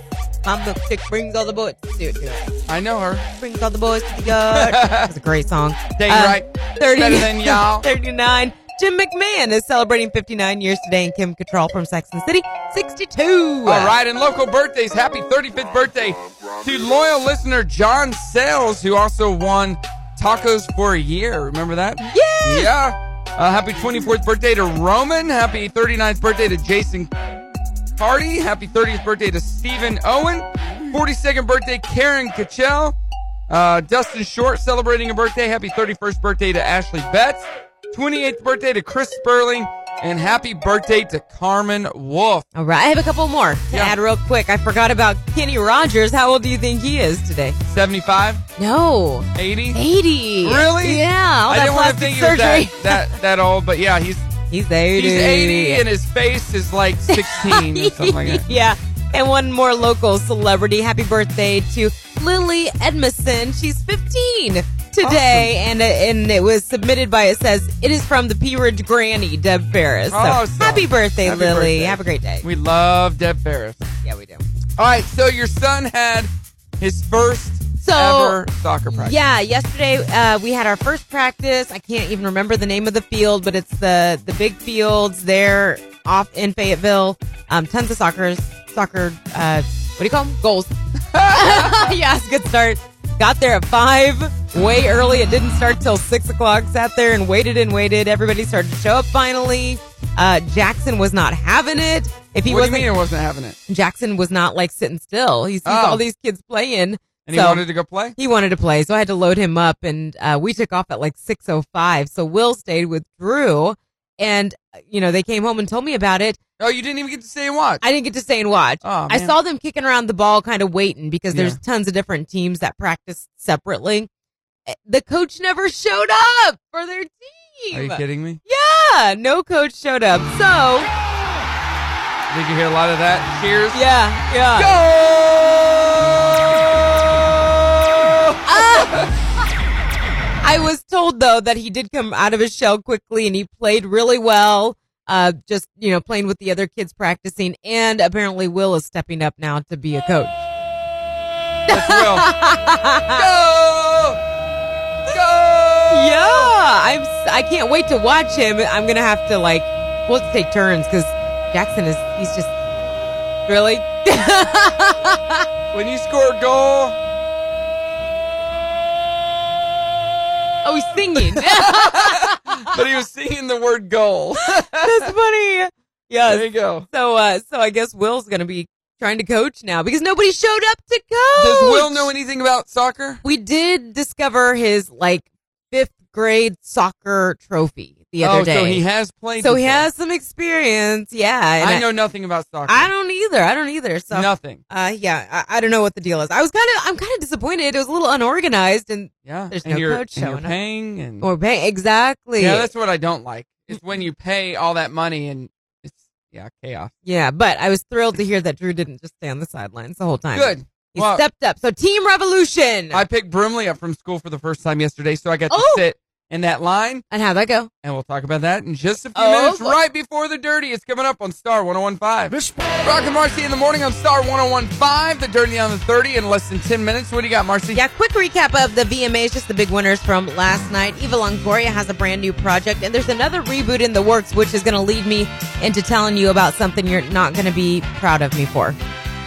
Speaker 2: My milk chick brings all the boys. Do it, do it.
Speaker 1: I know her.
Speaker 2: Brings all the boys to the yard. That's a great song.
Speaker 1: Dang
Speaker 2: Uh,
Speaker 1: right.
Speaker 2: 30,
Speaker 1: Better than y'all.
Speaker 2: 39. Jim McMahon is celebrating 59 years today, and Kim Cattrall from Sex and the City, 62.
Speaker 1: All right, and local birthdays. Happy 35th birthday to loyal listener John Sales, who also won Tacos for a Year. Remember that?
Speaker 2: Yeah.
Speaker 1: Yeah. Uh, happy 24th birthday to Roman. Happy 39th birthday to Jason Cardi. Happy 30th birthday to Stephen Owen. 42nd birthday, Karen Cachell. Uh, Dustin Short celebrating a birthday. Happy 31st birthday to Ashley Betts. 28th birthday to Chris Sperling. And happy birthday to Carmen Wolf.
Speaker 2: All right. I have a couple more to
Speaker 1: Yeah.
Speaker 2: add real quick. I forgot about Kenny Rogers. How old do you think he is today?
Speaker 1: 75,
Speaker 4: No.
Speaker 1: 80.
Speaker 4: 80.
Speaker 1: Really?
Speaker 2: Yeah. All
Speaker 1: I
Speaker 2: that
Speaker 1: didn't want to think
Speaker 2: plastic surgery.
Speaker 1: he was that, that, that old, but yeah, he's
Speaker 2: He's 80.
Speaker 1: he's 80 and his face is like 16 or something like that.
Speaker 2: yeah. And one more local celebrity. Happy birthday to Lily Edmison. She's 15 today. And and it was submitted by, it says, it is from the P Ridge Granny, Deb Ferris. So,
Speaker 1: Awesome.
Speaker 2: happy birthday,
Speaker 1: Happy
Speaker 2: Lily.
Speaker 1: birthday.
Speaker 2: Have a great day.
Speaker 1: We love Deb Ferris.
Speaker 2: yeah, we do.
Speaker 1: All right, so your son had his first
Speaker 2: So-
Speaker 1: ever soccer practice.
Speaker 2: Yeah, yesterday uh, we had our first practice. I can't even remember the name of the field, but it's the the big fields there off in Fayetteville. Um, tons of soccer, soccer. Uh, what do you call them? Goals. yeah, it's a good start. Got there at five, way early. It didn't start till six o'clock. Sat there and waited and waited. Everybody started to show up finally. Uh, Jackson was not having it.
Speaker 1: what
Speaker 2: If he
Speaker 1: do you
Speaker 2: wasn't,
Speaker 1: mean it wasn't having it?
Speaker 2: Jackson was not like sitting still. He sees
Speaker 1: Oh.
Speaker 2: all these kids playing.
Speaker 1: And he
Speaker 2: so-
Speaker 1: wanted to go play?
Speaker 2: he wanted to play, so I had to load him up, and uh, we took off at like six oh five. So Will stayed with Drew, and you know they came home and told me about it.
Speaker 1: Oh, you didn't even get to stay and watch.
Speaker 2: I didn't get to stay and watch.
Speaker 1: oh,
Speaker 2: I
Speaker 1: man.
Speaker 2: saw them kicking around the ball, kind of waiting because there's
Speaker 1: Yeah.
Speaker 2: tons of different teams that practice separately. Eh, The coach never showed up for their team.
Speaker 1: Are you kidding me?
Speaker 2: Yeah, no coach showed up. So
Speaker 1: Did you hear a lot of that? Cheers.
Speaker 2: yeah, yeah. Ah! I was told though that he did come out of his shell quickly and he played really well. Uh, just you know, playing with the other kids, practicing, and apparently Will is stepping up now to be a coach.
Speaker 1: That's Will. Go! Go!
Speaker 2: Yeah, I'm. s- I can't wait to watch him. I'm gonna have to like, we'll have to take turns because Jackson is. He's just really.
Speaker 1: When you score a goal,
Speaker 2: Oh, he's singing.
Speaker 1: but he was singing the word goal.
Speaker 2: That's funny. Yes.
Speaker 1: there you go.
Speaker 2: So, uh, so I guess Will's gonna be trying to coach now because nobody showed up to coach.
Speaker 1: Does Will know anything about soccer?
Speaker 2: We did discover his like fifth grade soccer trophy the other
Speaker 1: oh,
Speaker 2: day.
Speaker 1: so he has played.
Speaker 2: So he
Speaker 1: before.
Speaker 2: has some experience. Yeah, and
Speaker 1: I know nothing about soccer.
Speaker 2: I don't either. I don't either. So.
Speaker 1: nothing.
Speaker 2: Uh, yeah, I, I don't know what the deal is. I was kind of, I'm kind of disappointed. It was a little unorganized and
Speaker 1: Yeah,
Speaker 2: There's
Speaker 1: and
Speaker 2: no
Speaker 1: you're,
Speaker 2: coach
Speaker 1: and you're
Speaker 2: showing up.
Speaker 1: paying and
Speaker 2: or bang, exactly.
Speaker 1: Mm. yeah, that's what I don't like. It's when you pay all that money and it's yeah chaos.
Speaker 2: Yeah, but I was thrilled to hear that Drew didn't just stay on the sidelines the whole time.
Speaker 1: Good.
Speaker 2: he
Speaker 1: Well-
Speaker 2: stepped up. So team revolution.
Speaker 1: I picked Brimley up from school for the first time yesterday, so I got to
Speaker 2: Oh!
Speaker 1: sit in that line,
Speaker 2: and how'd that go?
Speaker 1: and we'll talk about that in just a few
Speaker 2: Oh,
Speaker 1: minutes,
Speaker 2: boy.
Speaker 1: right before the dirty. It's coming up on Star 1015. Rock and Marcy in the morning on Star 1015, the dirty on the 30 in less than 10 minutes. What do you got, Marcy?
Speaker 2: Yeah, quick recap of the VMAs, just the big winners from last night. Eva Longoria has a brand new project, and there's another reboot in the works, which is going to lead me into telling you about something you're not going to be proud of me for.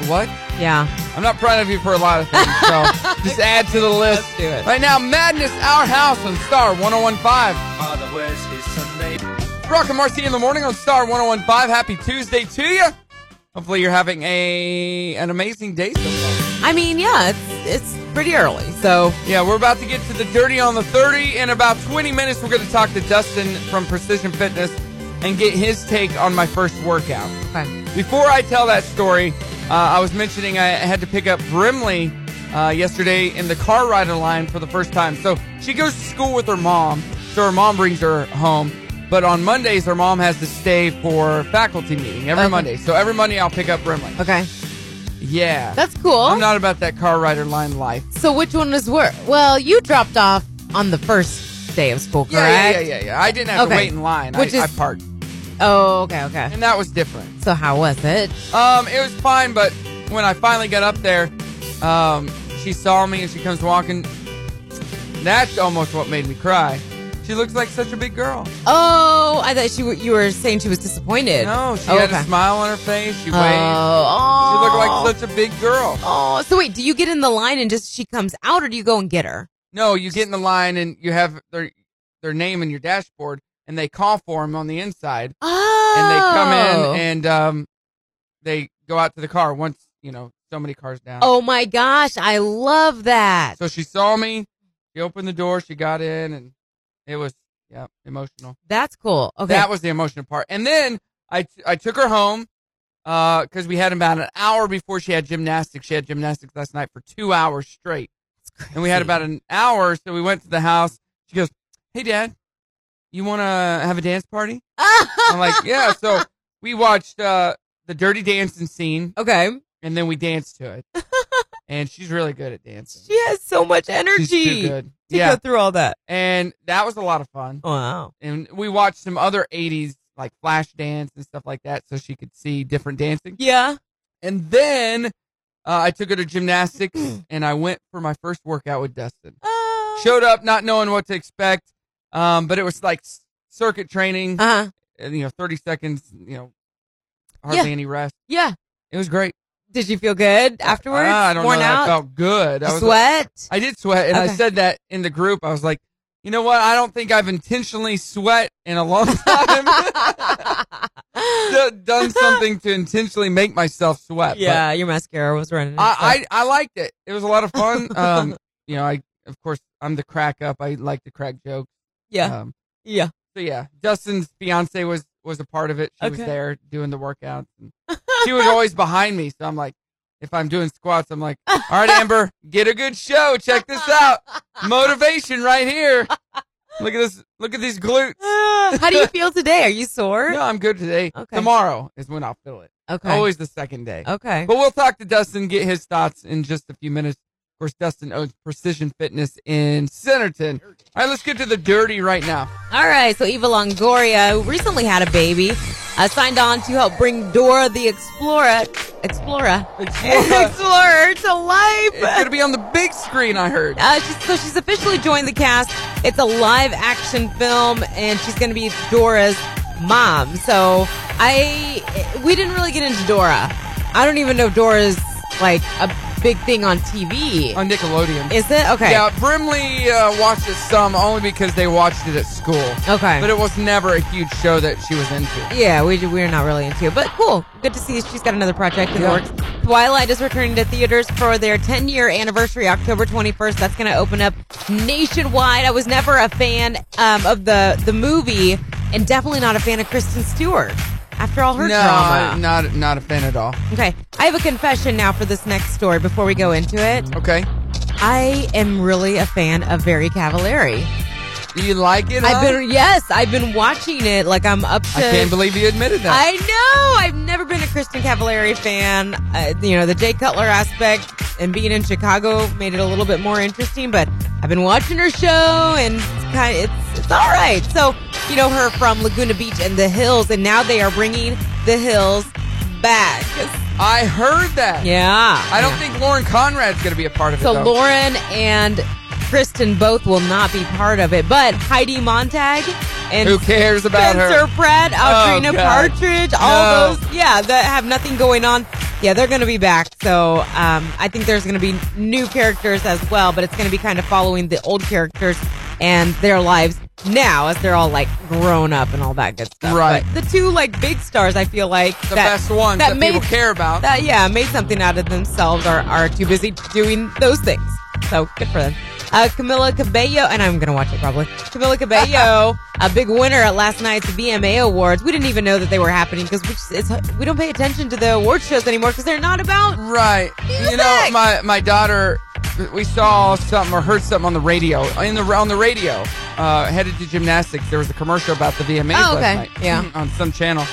Speaker 1: What?
Speaker 2: Yeah.
Speaker 1: I'm not proud of you for a lot of things, so just add to the list.
Speaker 2: Let's do it.
Speaker 1: Right now, Madness, Our House on Star 1015. Rock and Marcy in the morning on Star 1015. Happy Tuesday to you. Hopefully, you're having a an amazing day so far.
Speaker 2: I mean, yeah, it's it's pretty early, so
Speaker 1: Yeah, we're about to get to the dirty on the 30. In about 20 minutes, we're going to talk to Dustin from Precision Fitness and get his take on my first workout. Before I tell that story, uh, I was mentioning I had to pick up Brimley uh, yesterday in the car rider line for the first time. So she goes to school with her mom. So her mom brings her home. But But on Mondays, her mom has to stay for faculty meeting every
Speaker 4: Okay.
Speaker 1: Monday. So every Monday, I'll pick up Brimley.
Speaker 4: Okay.
Speaker 1: Yeah.
Speaker 4: That's cool.
Speaker 1: I'm not about that car rider line life.
Speaker 4: so which one was worse? Well, you dropped off on the first day of school, correct?
Speaker 1: Yeah, yeah, yeah, yeah, yeah. I didn't have to
Speaker 4: Okay.
Speaker 1: wait in line.
Speaker 4: Which is-
Speaker 1: I, I parked,
Speaker 4: Oh, okay, okay.
Speaker 1: and that was different.
Speaker 4: So how was it?
Speaker 1: Um, it was fine, but when I finally got up there, um, she saw me and she comes walking. That's almost what made me cry. She looks like such a big girl.
Speaker 4: Oh, I thought she were, you were saying she was disappointed.
Speaker 1: No, she
Speaker 4: oh,
Speaker 1: had
Speaker 4: okay.
Speaker 1: a smile on her face. She
Speaker 4: Oh,
Speaker 1: waved. She looked
Speaker 4: oh.
Speaker 1: like such a big girl.
Speaker 4: Oh, so wait, do you get in the line and just she comes out, or do you go and get her?
Speaker 1: No, you get in the line and you have their their name in your dashboard, and they call for them on the inside,
Speaker 4: Oh,
Speaker 1: and they come in and um, they go out to the car once you know so many cars down.
Speaker 4: oh my gosh, I love that.
Speaker 1: uh, So she saw me. She opened the door. She got in, and it was yeah emotional.
Speaker 4: That's cool. Okay,
Speaker 1: That was the emotional part. And then I I took her home because we had about an hour before she had gymnastics. She had gymnastics last night for two hours straight, and we had about an hour. So we went to the house. She goes, "Hey, Dad, you want to have a dance party?" I'm like, "Yeah." So we watched uh, the Dirty Dancing scene,
Speaker 4: okay.
Speaker 1: and then we danced to it. And she's really good at dancing.
Speaker 4: She has so much energy
Speaker 1: She's too good.
Speaker 4: to
Speaker 1: Yeah,
Speaker 4: go through all that.
Speaker 1: and that was a lot of fun.
Speaker 4: Wow.
Speaker 1: And we watched some other '80s like flash dance and stuff like that, so she could see different dancing.
Speaker 4: Yeah.
Speaker 1: And then uh, I took her to gymnastics, and I went for my first workout with Dustin.
Speaker 4: Oh.
Speaker 1: Showed up not knowing what to expect, um, but it was like s- circuit training.
Speaker 4: Uh-huh.
Speaker 1: and, you know, thirty seconds. You know, hardly any rest.
Speaker 4: Yeah.
Speaker 1: It was great.
Speaker 4: Did you feel good afterwards?
Speaker 1: Ah, I don't
Speaker 4: Worn
Speaker 1: know. that I
Speaker 4: out?
Speaker 1: felt good. I was like-
Speaker 4: Sweat?
Speaker 1: I did sweat, and I
Speaker 4: Okay.
Speaker 1: said that in the group. I was like, you know what? I don't think I've intentionally sweat in a long time. D- Done something to intentionally make myself sweat. but
Speaker 4: yeah, your mascara was running.
Speaker 1: I, I I liked it. It was a lot of fun. Um, you know, I of course I'm the crack up. I like to crack jokes.
Speaker 4: yeah,
Speaker 1: Um,
Speaker 4: yeah.
Speaker 1: so yeah, Justin's fiance was was a part of it. She was
Speaker 4: Okay.
Speaker 1: there doing the workouts. And she was always behind me, so I'm like, if I'm doing squats, I'm like, all right, Amber, get a good show. Check this out, motivation right here. Look at this. Look at these glutes.
Speaker 4: How do you feel today? Are you sore?
Speaker 1: No, I'm good today.
Speaker 4: Okay.
Speaker 1: Tomorrow is when I'll feel it.
Speaker 4: Okay.
Speaker 1: Always the second day.
Speaker 4: Okay.
Speaker 1: But we'll talk to Dustin, get his thoughts in just a few minutes. Of course, Dustin owns Precision Fitness in Centerton. All right, let's get to the dirty right now.
Speaker 2: All right, so Eva Longoria, who recently had a baby, uh, signed on to help bring Dora the Explorer, Explorer,
Speaker 1: It's,
Speaker 2: Explorer to life.
Speaker 1: it's gonna be on the big screen. I heard.
Speaker 2: Uh, she's, so she's officially joined the cast. It's a live action film, and she's going to be Dora's mom. So I, we didn't really get into Dora. I don't even know if Dora's like a big thing on TV.
Speaker 1: on Nickelodeon.
Speaker 2: Is it okay?
Speaker 1: Yeah, Brimley uh, watched it some only because they watched it at school.
Speaker 2: Okay.
Speaker 1: But it was never a huge show that she was into.
Speaker 2: Yeah, we we're not really into it, but cool. Good to see she's got another project in the
Speaker 1: Yeah.
Speaker 2: works. Twilight is returning to theaters for their 10 year anniversary, October 21st. That's going to open up nationwide. I was never a fan um, of the the movie, and definitely not a fan of Kristen Stewart after all her
Speaker 1: no,
Speaker 2: drama.
Speaker 1: not not a fan at all.
Speaker 2: Okay, I have a confession now for this next story before we go into it.
Speaker 1: Okay,
Speaker 2: I am really a fan of Very Cavallari.
Speaker 1: do you like it?
Speaker 2: I've
Speaker 1: huh?
Speaker 2: been yes, I've been watching it like I'm up to.
Speaker 1: I can't believe you admitted that.
Speaker 2: I know. I've never been a Kristen Cavallari fan. Uh, you know, the Jay Cutler aspect and being in Chicago made it a little bit more interesting. But I've been watching her show, and it's kind it's it's all right. So you know her from Laguna Beach and The Hills, and now they are bringing The Hills back.
Speaker 1: I, heard that.
Speaker 2: Yeah,
Speaker 1: I don't think Lauren Conrad's gonna be a part of it.
Speaker 2: so
Speaker 1: though.
Speaker 2: Lauren and Kristen both will not be part of it, but Heidi Montag and
Speaker 1: Who cares about
Speaker 2: Spencer
Speaker 1: her?
Speaker 2: Pratt, Audrina
Speaker 1: God.
Speaker 2: Partridge, all
Speaker 1: No.
Speaker 2: those, yeah, that have nothing going on. Yeah, they're going to be back. So um, I think there's going to be new characters as well, but it's going to be kind of following the old characters and their lives now as they're all like grown up and all that good stuff.
Speaker 1: Right.
Speaker 2: But the two like big stars, I feel like
Speaker 1: The best ones that, people care about.
Speaker 2: that yeah made something out of themselves are, are too busy doing those things so good for them uh, Camila Cabello, and I'm gonna watch it probably. Camila Cabello, a big winner at last night's VMA Awards. We didn't even know that they were happening because we, just- it's- we don't pay attention to the award shows anymore because they're not about.
Speaker 1: Right. You know,
Speaker 2: Music!
Speaker 1: my my daughter we saw something or heard something on the radio in the on the radio uh, headed to gymnastics. There was a commercial about the VMAs
Speaker 4: Oh, okay.
Speaker 1: last night,
Speaker 4: Yeah.
Speaker 1: on some channel,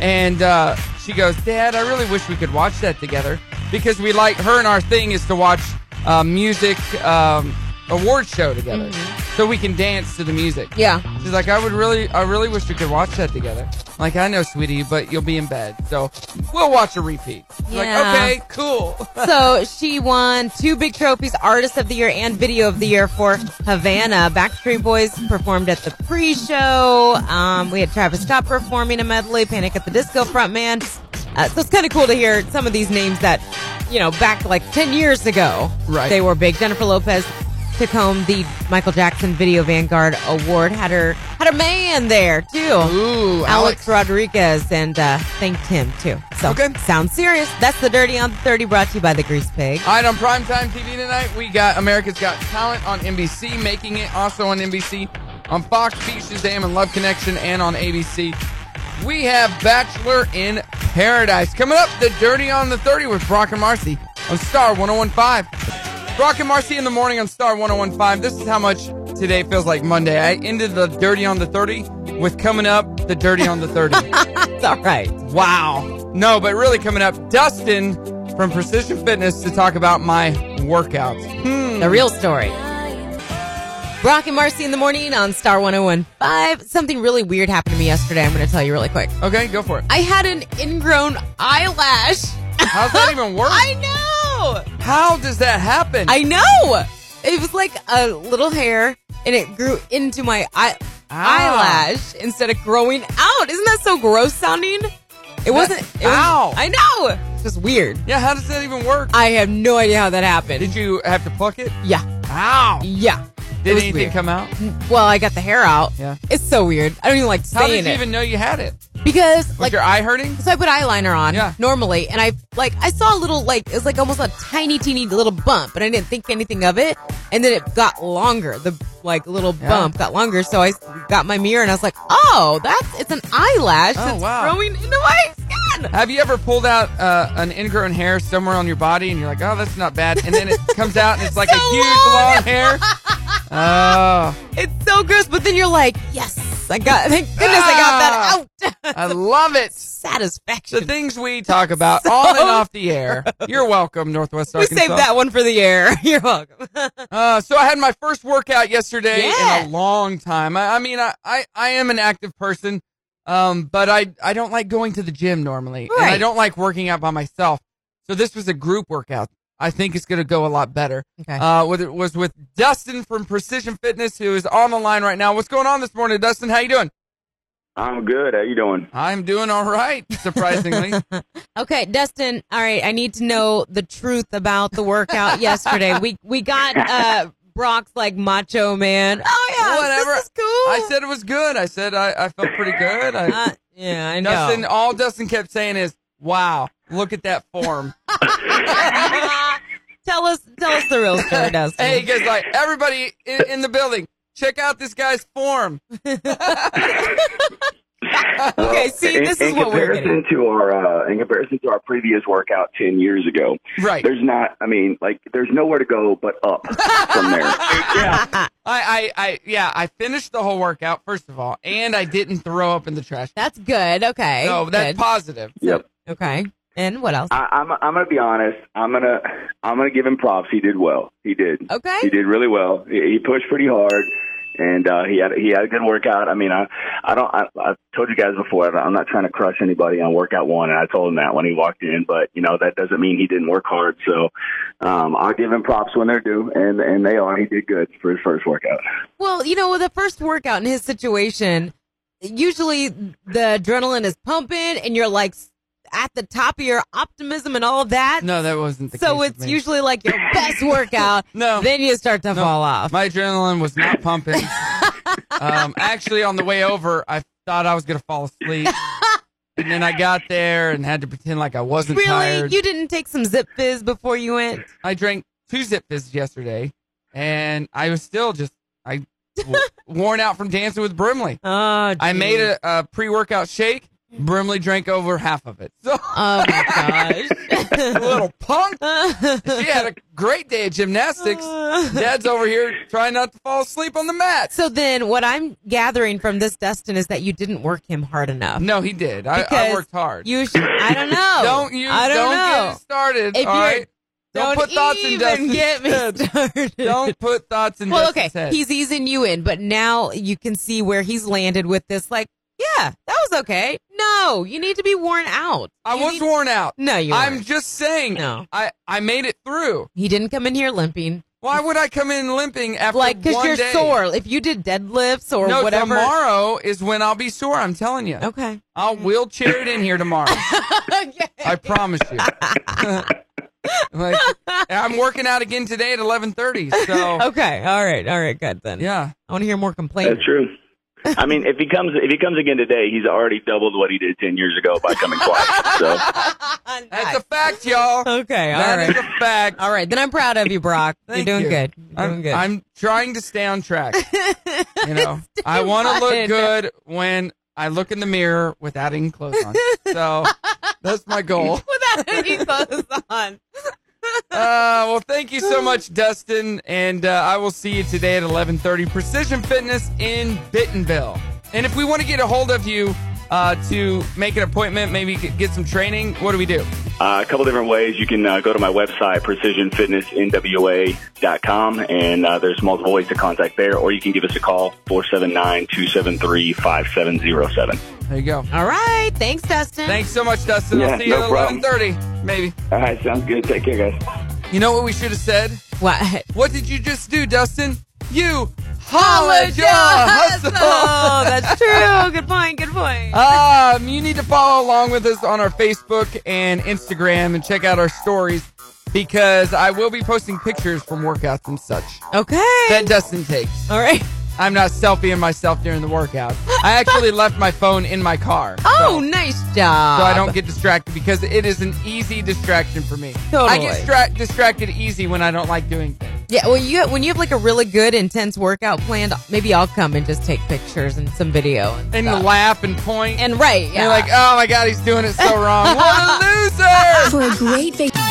Speaker 1: and uh, she goes, "Dad, I really wish we could watch that together because we like her and our thing is to watch uh, music um, award show together, so we can dance to the music."
Speaker 4: Yeah.
Speaker 1: She's like, I would really, I really wish we could watch that together. I'm Like, I know, sweetie, but you'll be in bed, so we'll watch a repeat. She's
Speaker 2: Yeah.
Speaker 1: Like, okay, cool.
Speaker 2: So she won two big trophies, Artist of the Year and Video of the Year for Havana. Backstreet Boys performed at the pre-show. Um, we had Travis Scott performing a medley, Panic at the Disco frontman. Uh, so it's kind of cool to hear some of these names that, you know, back like 10 years ago,
Speaker 1: Right.
Speaker 2: they were big. Jennifer Lopez took home the Michael Jackson Video Vanguard Award. Had her, had a man there too.
Speaker 1: Ooh,
Speaker 2: Alex Rodriguez and uh, thanked him too. So
Speaker 1: Okay.
Speaker 2: sounds serious. That's the Dirty on 30 brought to you by the Grease Pig.
Speaker 1: All right, on primetime TV tonight, we got America's Got Talent on NBC, Making It also on NBC, on Fox, Beat Shazam, and Love Connection, and on ABC. We have Bachelor in Paradise. Coming up, The Dirty on the 30 with Brock and Marcy on Star 1015. Brock and Marcy in the morning on Star 1015. This is how much today feels like Monday. I ended The Dirty on the 30 with coming up, The Dirty on the 30.
Speaker 2: It's all right.
Speaker 1: Wow. No, but really coming up, Dustin from Precision Fitness to talk about my workouts. Hmm.
Speaker 2: The real story. Brock and Marcy in the morning on Star 1015. Something really weird happened to me yesterday. I'm going to tell you really quick.
Speaker 1: Okay, go for it.
Speaker 4: I had an ingrown eyelash.
Speaker 1: How's that even work?
Speaker 4: I know.
Speaker 1: How does that happen?
Speaker 4: I know. It was like a little hair, and it grew into my eye-
Speaker 1: Ah.
Speaker 4: eyelash instead of growing out. Isn't that so gross sounding? It wasn't. It was,
Speaker 1: Ow.
Speaker 4: I know. It's just weird.
Speaker 1: yeah, how does that even work?
Speaker 4: I have no idea how that happened.
Speaker 1: Did you have to pluck it?
Speaker 4: yeah.
Speaker 1: Ow. Did
Speaker 4: Yeah. it was
Speaker 1: anything
Speaker 4: weird.
Speaker 1: come out?
Speaker 4: Well, I got the hair out.
Speaker 1: Yeah.
Speaker 4: It's so weird. I don't even like saying
Speaker 1: How did you
Speaker 4: it
Speaker 1: even know you had it?
Speaker 4: because
Speaker 1: Was
Speaker 4: like
Speaker 1: your eye hurting?
Speaker 4: So I put eyeliner on
Speaker 1: Yeah.
Speaker 4: normally, and I like I saw a little like it was like almost a tiny, teeny little bump, but I didn't think anything of it. And then it got longer. The like little
Speaker 1: Yeah.
Speaker 4: bump got longer. So I got my mirror and I was like, oh, that's it's an eyelash
Speaker 1: Oh,
Speaker 4: that's
Speaker 1: wow.
Speaker 4: growing into my skin.
Speaker 1: Have you ever pulled out uh, an ingrown hair somewhere on your body and you're like, oh, that's not bad, and then it comes out and it's like a
Speaker 4: So
Speaker 1: huge
Speaker 4: long.
Speaker 1: long hair? Oh,
Speaker 4: It's so gross. But then you're like, yes, I got. Thank goodness I got that out.
Speaker 1: I love it.
Speaker 4: Satisfaction.
Speaker 1: The things we talk about on and off the air. You're welcome, Northwest
Speaker 4: we
Speaker 1: Arkansas.
Speaker 4: saved that one for the air. You're welcome.
Speaker 1: Uh, so I had my first workout yesterday
Speaker 4: Yeah.
Speaker 1: in a long time. I, I mean, I, I, I am an active person, um, but I, I don't like going to the gym normally, and I
Speaker 4: Right.
Speaker 1: don't like working out by myself. So this was a group workout. I think it's going to go a lot better.
Speaker 4: Okay.
Speaker 1: Uh, with, it was with Dustin from Precision Fitness, who is on the line right now. What's going on this morning, Dustin? How you doing?
Speaker 7: I'm good. How you doing?
Speaker 1: I'm doing all right, surprisingly.
Speaker 2: Okay, Dustin. All right, I need to know the truth about the workout yesterday. We we got uh Brock's like macho man. Oh yeah,
Speaker 1: Whatever.
Speaker 2: This is cool.
Speaker 1: I said it was good. I said I, I felt pretty good. I,
Speaker 2: Uh, yeah, I know.
Speaker 1: Dustin, all Dustin kept saying is, "Wow, look at that form."
Speaker 2: tell us tell us the real story, Dustin.
Speaker 1: hey, he goes like, "Everybody in, in the building, check out this guy's form."
Speaker 2: okay, see,
Speaker 7: Uh, in,
Speaker 2: this
Speaker 7: in
Speaker 2: is what we're
Speaker 7: comparison
Speaker 2: getting.
Speaker 7: to our uh, in comparison to our previous workout ten years ago.
Speaker 1: Right.
Speaker 7: There's not. I mean, like there's nowhere to go but up from there.
Speaker 1: I, I, I, yeah, I finished the whole workout first of all, and I didn't throw up in the trash.
Speaker 4: That's good. Okay.
Speaker 1: No, that's
Speaker 4: Good.
Speaker 1: positive.
Speaker 7: Yep.
Speaker 2: Okay, and what else?
Speaker 7: I, I'm. I'm gonna be honest. I'm gonna. I'm gonna give him props. He did well. He did.
Speaker 4: Okay.
Speaker 7: He did really well. He, he pushed pretty hard, and uh, he had he had a good workout. I mean, I I don't. I, I've told you guys before. I don't- I'm not trying to crush anybody on workout one, and I told him that when he walked in. But you know that doesn't mean he didn't work hard. So um, I'll give him props when they're due, and and they are. He did good for his first workout.
Speaker 4: Well, you know, with the first workout in his situation, usually the adrenaline is pumping and you're like at the top of your optimism and all of that.
Speaker 1: No, that wasn't the case.
Speaker 4: so
Speaker 1: with
Speaker 4: it's
Speaker 1: me.
Speaker 4: usually like your best workout.
Speaker 1: No.
Speaker 4: Then you start to fall off.
Speaker 1: my adrenaline was not pumping. um, actually, on the way over, I thought I was gonna fall asleep, and then I got there and had to pretend like I wasn't
Speaker 4: Really?
Speaker 1: tired.
Speaker 4: You didn't take some Zip Fizz before you went?
Speaker 1: I drank two Zip Fizzes yesterday, and I was still just I w- worn out from dancing with Brimley.
Speaker 4: Oh,
Speaker 1: I made
Speaker 4: geez.
Speaker 1: a, a pre-workout shake, Brimley drank over half of it. So,
Speaker 2: Oh my
Speaker 1: little punk.
Speaker 2: Oh, gosh.
Speaker 1: She had a great day at gymnastics. Dad's over here trying not to fall asleep on the mat.
Speaker 2: so then, what I'm gathering from this, Dustin, is that you didn't work him hard enough.
Speaker 1: No, he did. I, I
Speaker 2: Because
Speaker 1: worked hard.
Speaker 2: You should. I don't know.
Speaker 1: don't you?
Speaker 2: I don't,
Speaker 1: get
Speaker 2: know.
Speaker 1: it started.
Speaker 2: If
Speaker 1: all
Speaker 2: you're-
Speaker 1: right? Don't, put thoughts in
Speaker 2: even
Speaker 1: Dustin's
Speaker 2: get me
Speaker 1: head.
Speaker 2: started.
Speaker 1: Don't put thoughts in
Speaker 2: Well,
Speaker 1: Dustin's
Speaker 2: okay,
Speaker 1: head.
Speaker 2: he's easing you in, but now you can see where he's landed with this. Like, yeah, that was okay. No, you need to be worn out.
Speaker 1: I
Speaker 2: You
Speaker 1: was
Speaker 2: need-
Speaker 1: worn out.
Speaker 2: No, you.
Speaker 1: I'm
Speaker 2: weren't.
Speaker 1: just saying.
Speaker 2: No.
Speaker 1: I I made it through.
Speaker 2: He didn't come in here limping.
Speaker 1: Why would I come in limping after
Speaker 2: Like, because
Speaker 1: one
Speaker 2: you're
Speaker 1: day?
Speaker 2: sore. If you did deadlifts or
Speaker 1: no,
Speaker 2: whatever.
Speaker 1: tomorrow is when I'll be sore. I'm telling you.
Speaker 2: Okay.
Speaker 1: I'll wheelchair it in here tomorrow. I promise you. like, I'm working out again today at 11:30. So
Speaker 2: Okay. All right. All right. Good then.
Speaker 1: yeah,
Speaker 2: I want to hear more complaints.
Speaker 7: That's true. I mean, if he comes, if he comes again today, he's already doubled what he did ten years ago by coming twice. So
Speaker 1: that's a fact, y'all.
Speaker 2: okay. All
Speaker 1: That is
Speaker 2: right.
Speaker 1: a fact.
Speaker 2: All right. Then I'm proud of you, Brock. You're
Speaker 1: Thank
Speaker 2: doing
Speaker 1: you.
Speaker 2: good. You're doing
Speaker 1: I'm,
Speaker 2: good.
Speaker 1: I'm trying to stay on track. You know, I want to
Speaker 2: fine.
Speaker 1: look good when I look in the mirror without any clothes on. So that's my goal.
Speaker 2: Without any clothes on.
Speaker 1: Uh, well, thank you so much, Dustin, and uh, I will see you today at 11:30 Precision Fitness in Bentonville. And if we want to get a hold of you uh, to make an appointment, maybe get get some training, what do we do?
Speaker 7: Uh, a couple different ways. You can uh, go to my website, precisionfitnessnwa.com, and uh, there's multiple ways to contact there, or you can give us a call, 479 273 5707.
Speaker 1: There you go.
Speaker 2: All right. Thanks, Dustin.
Speaker 1: Thanks so much, Dustin. I'll
Speaker 7: Yeah,
Speaker 1: see you
Speaker 7: no
Speaker 1: at
Speaker 7: problem.
Speaker 1: 11:30, maybe.
Speaker 7: All right, sounds good. Take care, guys.
Speaker 1: You know what we should have said?
Speaker 2: What?
Speaker 1: What did you just do, Dustin? You hollered
Speaker 2: College
Speaker 1: your hustle.
Speaker 2: Oh, that's true. Good point. Good point.
Speaker 1: Um, you need to follow along with us on our Facebook and Instagram and check out our stories because I will be posting pictures from workouts and such
Speaker 2: Okay.
Speaker 1: that Dustin takes.
Speaker 2: All right.
Speaker 1: I'm not selfieing myself during the workout. I actually left my phone in my car. so,
Speaker 2: Oh, nice job.
Speaker 1: so I don't get distracted because it is an easy distraction for me. I get
Speaker 2: Totally.
Speaker 1: stra- distracted easy when I don't like doing things.
Speaker 2: Yeah, well, you when you have like a really good intense workout planned, maybe I'll come and just take pictures and some video and
Speaker 1: And
Speaker 2: stuff.
Speaker 1: laugh and point.
Speaker 2: and right,
Speaker 1: And
Speaker 2: yeah,
Speaker 1: you're like, oh my god, he's doing it so wrong. What a loser!
Speaker 3: For a great vacation.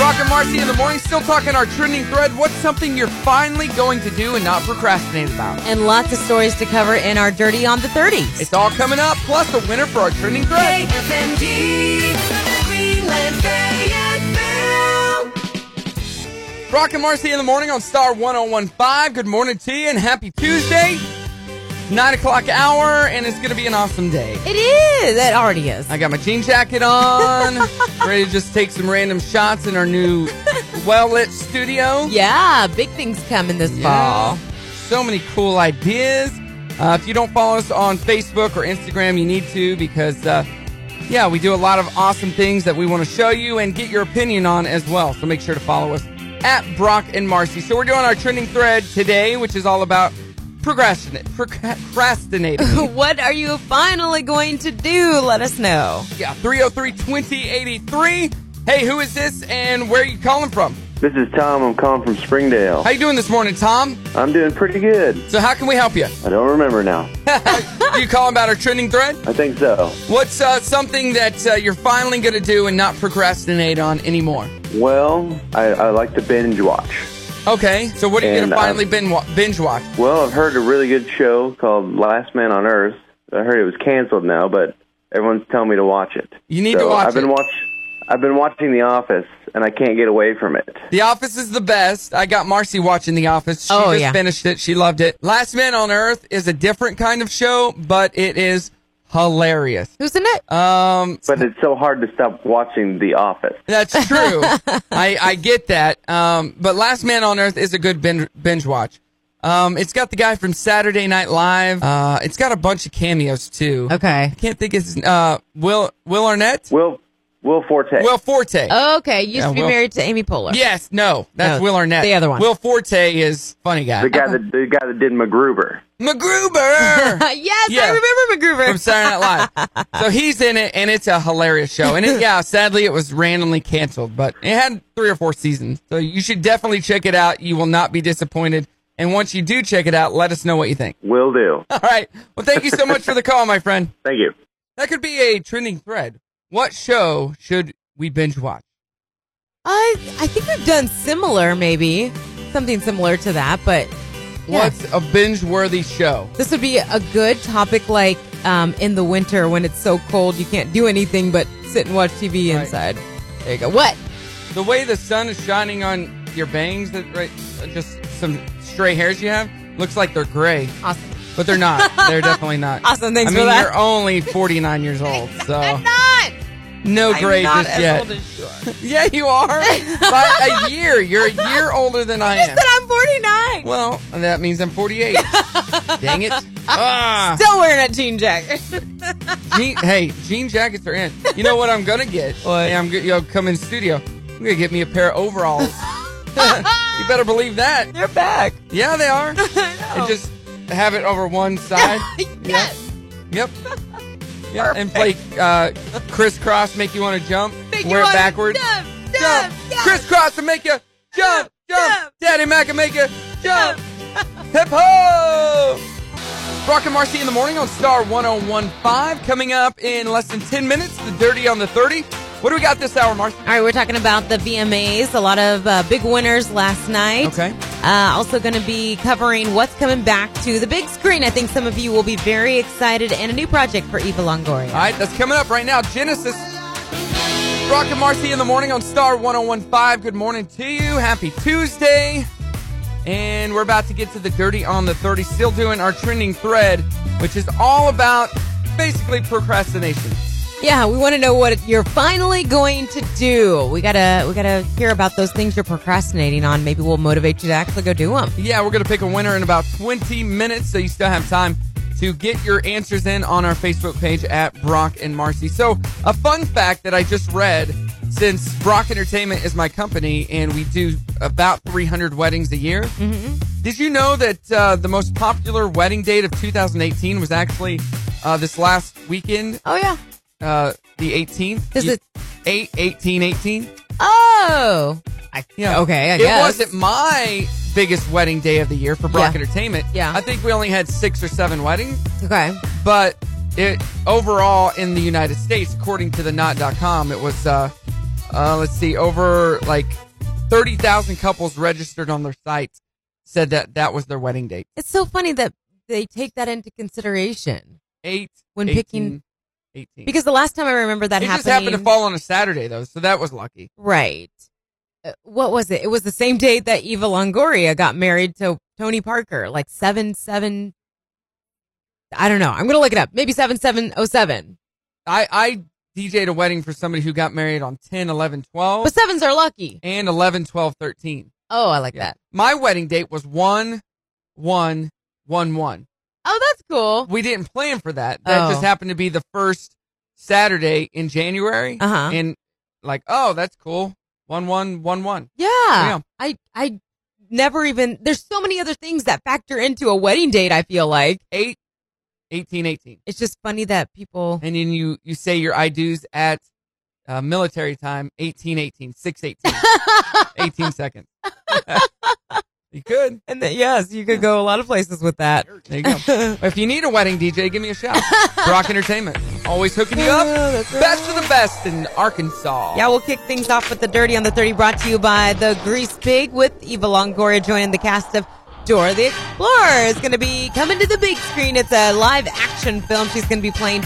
Speaker 1: Rock and Marcy in the morning, still talking our trending thread. What's something you're finally going to do and not procrastinate about?
Speaker 2: and lots of stories to cover in our Dirty on the Thirties.
Speaker 1: It's all coming up, plus a winner for our trending thread.
Speaker 8: KFMD, Greenland, Fayetteville.
Speaker 1: Rock and Marcy in the morning on Star 1015. Good morning to you and happy Tuesday. Nine o'clock hour, and it's gonna be an awesome day.
Speaker 2: It is. It already is.
Speaker 1: I got my jean jacket on, ready to just take some random shots in our new well lit studio.
Speaker 2: Yeah, big things coming this
Speaker 1: Yeah.
Speaker 2: fall.
Speaker 1: So many cool ideas. Uh, if you don't follow us on Facebook or Instagram, you need to because, uh, yeah, we do a lot of awesome things that we want to show you and get your opinion on as well. So make sure to follow us at Brock and Marcy. So we're doing our trending thread today, which is all about procrastinate, procrastinating.
Speaker 2: what are you finally going to do? Let us know.
Speaker 1: yeah, 303 2083. Hey, who is this and where are you calling from?
Speaker 9: This is Tom. I'm calling from Springdale.
Speaker 1: How you doing this morning, Tom?
Speaker 9: I'm doing pretty good.
Speaker 1: So how can we help you?
Speaker 9: I don't remember now.
Speaker 1: you calling about our trending thread?
Speaker 9: I think so.
Speaker 1: What's uh, something that uh, you're finally going to do and not procrastinate on anymore?
Speaker 9: Well, I, I like to binge watch.
Speaker 1: Okay, so what are you going
Speaker 9: And,
Speaker 1: to
Speaker 9: uh,
Speaker 1: finally bin wa- binge watch?
Speaker 9: Well, I've heard a really good show called Last Man on Earth. I heard it was canceled now, but everyone's telling me to watch it.
Speaker 1: You need
Speaker 9: So
Speaker 1: to watch
Speaker 9: I've been
Speaker 1: it.
Speaker 9: watch. I've been watching The Office, and I can't get away from it.
Speaker 1: The Office is the best. I got Marcy watching The Office. She
Speaker 2: Oh,
Speaker 1: just
Speaker 2: yeah.
Speaker 1: finished it. She loved it. Last Man on Earth is a different kind of show, but it is hilarious.
Speaker 2: Who's in it?
Speaker 1: Um,
Speaker 9: But it's so hard to stop watching The Office.
Speaker 1: that's true. I, I get that. Um, but Last Man on Earth is a good binge, binge watch. Um, it's got the guy from Saturday Night Live. Uh, it's got a bunch of cameos too.
Speaker 2: okay.
Speaker 1: I can't think of his, uh, Will, Will Arnett?
Speaker 9: Will Will Forte.
Speaker 1: Will Forte.
Speaker 2: Okay. Used
Speaker 1: Yeah,
Speaker 2: to be
Speaker 1: well-
Speaker 2: married to Amy Poehler.
Speaker 1: yes, no, that's
Speaker 2: Oh. No,
Speaker 1: Will Arnett.
Speaker 2: the other one.
Speaker 1: Will Forte is funny guy.
Speaker 9: the guy that the guy that did MacGruber.
Speaker 1: MacGruber
Speaker 2: yes,
Speaker 1: Yeah.
Speaker 2: I remember MacGruber.
Speaker 1: from Saturday Night Live. so he's in it, and it's a hilarious show. And it, yeah, sadly, it was randomly canceled, but it had three or four seasons. So you should definitely check it out. You will not be disappointed. And once you do check it out, let us know what you think.
Speaker 9: Will do.
Speaker 1: All right. Well, thank you so much for the call, my friend.
Speaker 9: Thank you.
Speaker 1: That could be a trending thread. What show should we binge watch?
Speaker 4: I I think we've done similar, maybe something similar to that, but Yeah.
Speaker 1: What's a binge worthy show?
Speaker 4: this would be a good topic. Like um, in the winter when it's so cold, you can't do anything but sit and watch TV
Speaker 1: Right.
Speaker 4: inside. There you go. What?
Speaker 1: The way the sun is shining on your bangs, that right, just some stray hairs you have, looks like they're gray,
Speaker 4: Awesome.
Speaker 1: but they're not. they're definitely not.
Speaker 4: Awesome.
Speaker 1: I
Speaker 4: Thanks
Speaker 1: mean,
Speaker 4: for that.
Speaker 1: you're only 49 years old, so
Speaker 4: I'm not.
Speaker 1: no
Speaker 4: I'm
Speaker 1: gray
Speaker 4: not
Speaker 1: just
Speaker 4: as
Speaker 1: yet.
Speaker 4: old as you are.
Speaker 1: Yeah, you are. By a year. You're a year older than I am.
Speaker 4: But I'm 49.
Speaker 1: Well, that means I'm 48. Dang it. Ah.
Speaker 4: Still wearing a jean jacket.
Speaker 1: Jean, hey, jean jackets are in. You know what I'm gonna get? Hey, I'm gonna you know, come in studio. I'm gonna get me a pair of overalls. you better believe that.
Speaker 4: They're back.
Speaker 1: Yeah, they are.
Speaker 4: know.
Speaker 1: And just have it over one side.
Speaker 4: Yes.
Speaker 1: Yep. Yeah, and play uh, crisscross, make you want to jump. wear it backwards.
Speaker 4: Dub, dub,
Speaker 1: Jump.
Speaker 4: yes.
Speaker 1: Crisscross to make you jump, jump.
Speaker 4: Jump.
Speaker 1: Daddy Mac can make you jump. Hip ho! Brock and Marcy in the morning on Star 1015. Coming up in less than 10 minutes, the dirty on the 30. What do we got this hour, Marcy?
Speaker 2: All right, we're talking about the VMAs. A lot of uh, big winners last night.
Speaker 1: Okay.
Speaker 2: Uh, also going to be covering what's coming back to the big screen. I think some of you will be very excited and a new project for Eva Longoria.
Speaker 1: All right, that's coming up right now. Genesis. Brock and Marcy in the morning on Star 1015. Good morning to you. Happy Tuesday. And we're about to get to the dirty on the 30. Still doing our trending thread, which is all about basically procrastination.
Speaker 4: Yeah, we want to know what you're finally going to do. We gotta, we gotta hear about those things you're procrastinating on. Maybe we'll motivate you to actually go do them.
Speaker 1: Yeah, we're going to pick a winner in about 20 minutes, so you still have time to get your answers in on our Facebook page at Brock and Marcy. So, a fun fact that I just read since Brock Entertainment is my company and we do about 300 weddings a year, did you know that uh, the most popular wedding date of 2018 was actually uh, this last weekend,
Speaker 4: Oh yeah.
Speaker 1: uh, the 18th?
Speaker 4: Does
Speaker 1: You-
Speaker 4: it-
Speaker 1: 8, 18, 18?
Speaker 4: Oh. I,
Speaker 1: Yeah.
Speaker 4: Okay. I
Speaker 1: it
Speaker 4: guess.
Speaker 1: wasn't my biggest wedding day of the year for Brock
Speaker 4: Yeah.
Speaker 1: Entertainment.
Speaker 4: Yeah.
Speaker 1: I think we only had six or seven weddings,
Speaker 4: Okay.
Speaker 1: but it overall in the United States, according to the knot.com, it was uh, uh let's see, over like 30,000 couples registered on their site said that that was their wedding date.
Speaker 4: It's so funny that they take that into consideration
Speaker 1: 8
Speaker 4: when
Speaker 1: 18,
Speaker 4: picking
Speaker 1: 18.
Speaker 4: because the last time I remember that
Speaker 1: it
Speaker 4: happening,
Speaker 1: just happened to fall on a Saturday though, so that was lucky.
Speaker 4: right. Uh, What was it? It was the same date that Eva Longoria got married to Tony Parker, like seven seven. I don't know. I'm gonna look it up. Maybe seven seven oh seven.
Speaker 1: I I DJ'd a wedding for somebody who got married on 10, 11, 12
Speaker 4: But sevens are lucky.
Speaker 1: and 11, 12, 13.
Speaker 4: Oh, I like
Speaker 1: Yeah.
Speaker 4: that.
Speaker 1: My wedding date was one, one, one, one.
Speaker 4: Oh, that's cool.
Speaker 1: We didn't plan for that.
Speaker 4: Oh.
Speaker 1: That just happened to be the first Saturday in January.
Speaker 4: Uh huh.
Speaker 1: And like, oh, that's cool. One, one, one, one.
Speaker 4: Yeah.
Speaker 2: Ah.
Speaker 1: Yeah.
Speaker 4: I I never even. There's so many other things that factor into a wedding date. I feel like
Speaker 1: Eight, 18, 18.
Speaker 4: it's just funny that people.
Speaker 1: And then you, you say your I do's at uh, military time, 18, 18, 6, 18, 18 seconds. you could.
Speaker 4: And that, yes, you could go a lot of places with that.
Speaker 1: There you go. if you need a wedding DJ, give me a shout. Brock Entertainment. Always hooking you up. Best of the best in Arkansas.
Speaker 2: Yeah, we'll kick things off with the Dirty on the 30 brought to you by the Grease Pig with Eva Longoria joining the cast of Dora the Explorer is going to be coming to the big screen. It's a live action film. She's going to be playing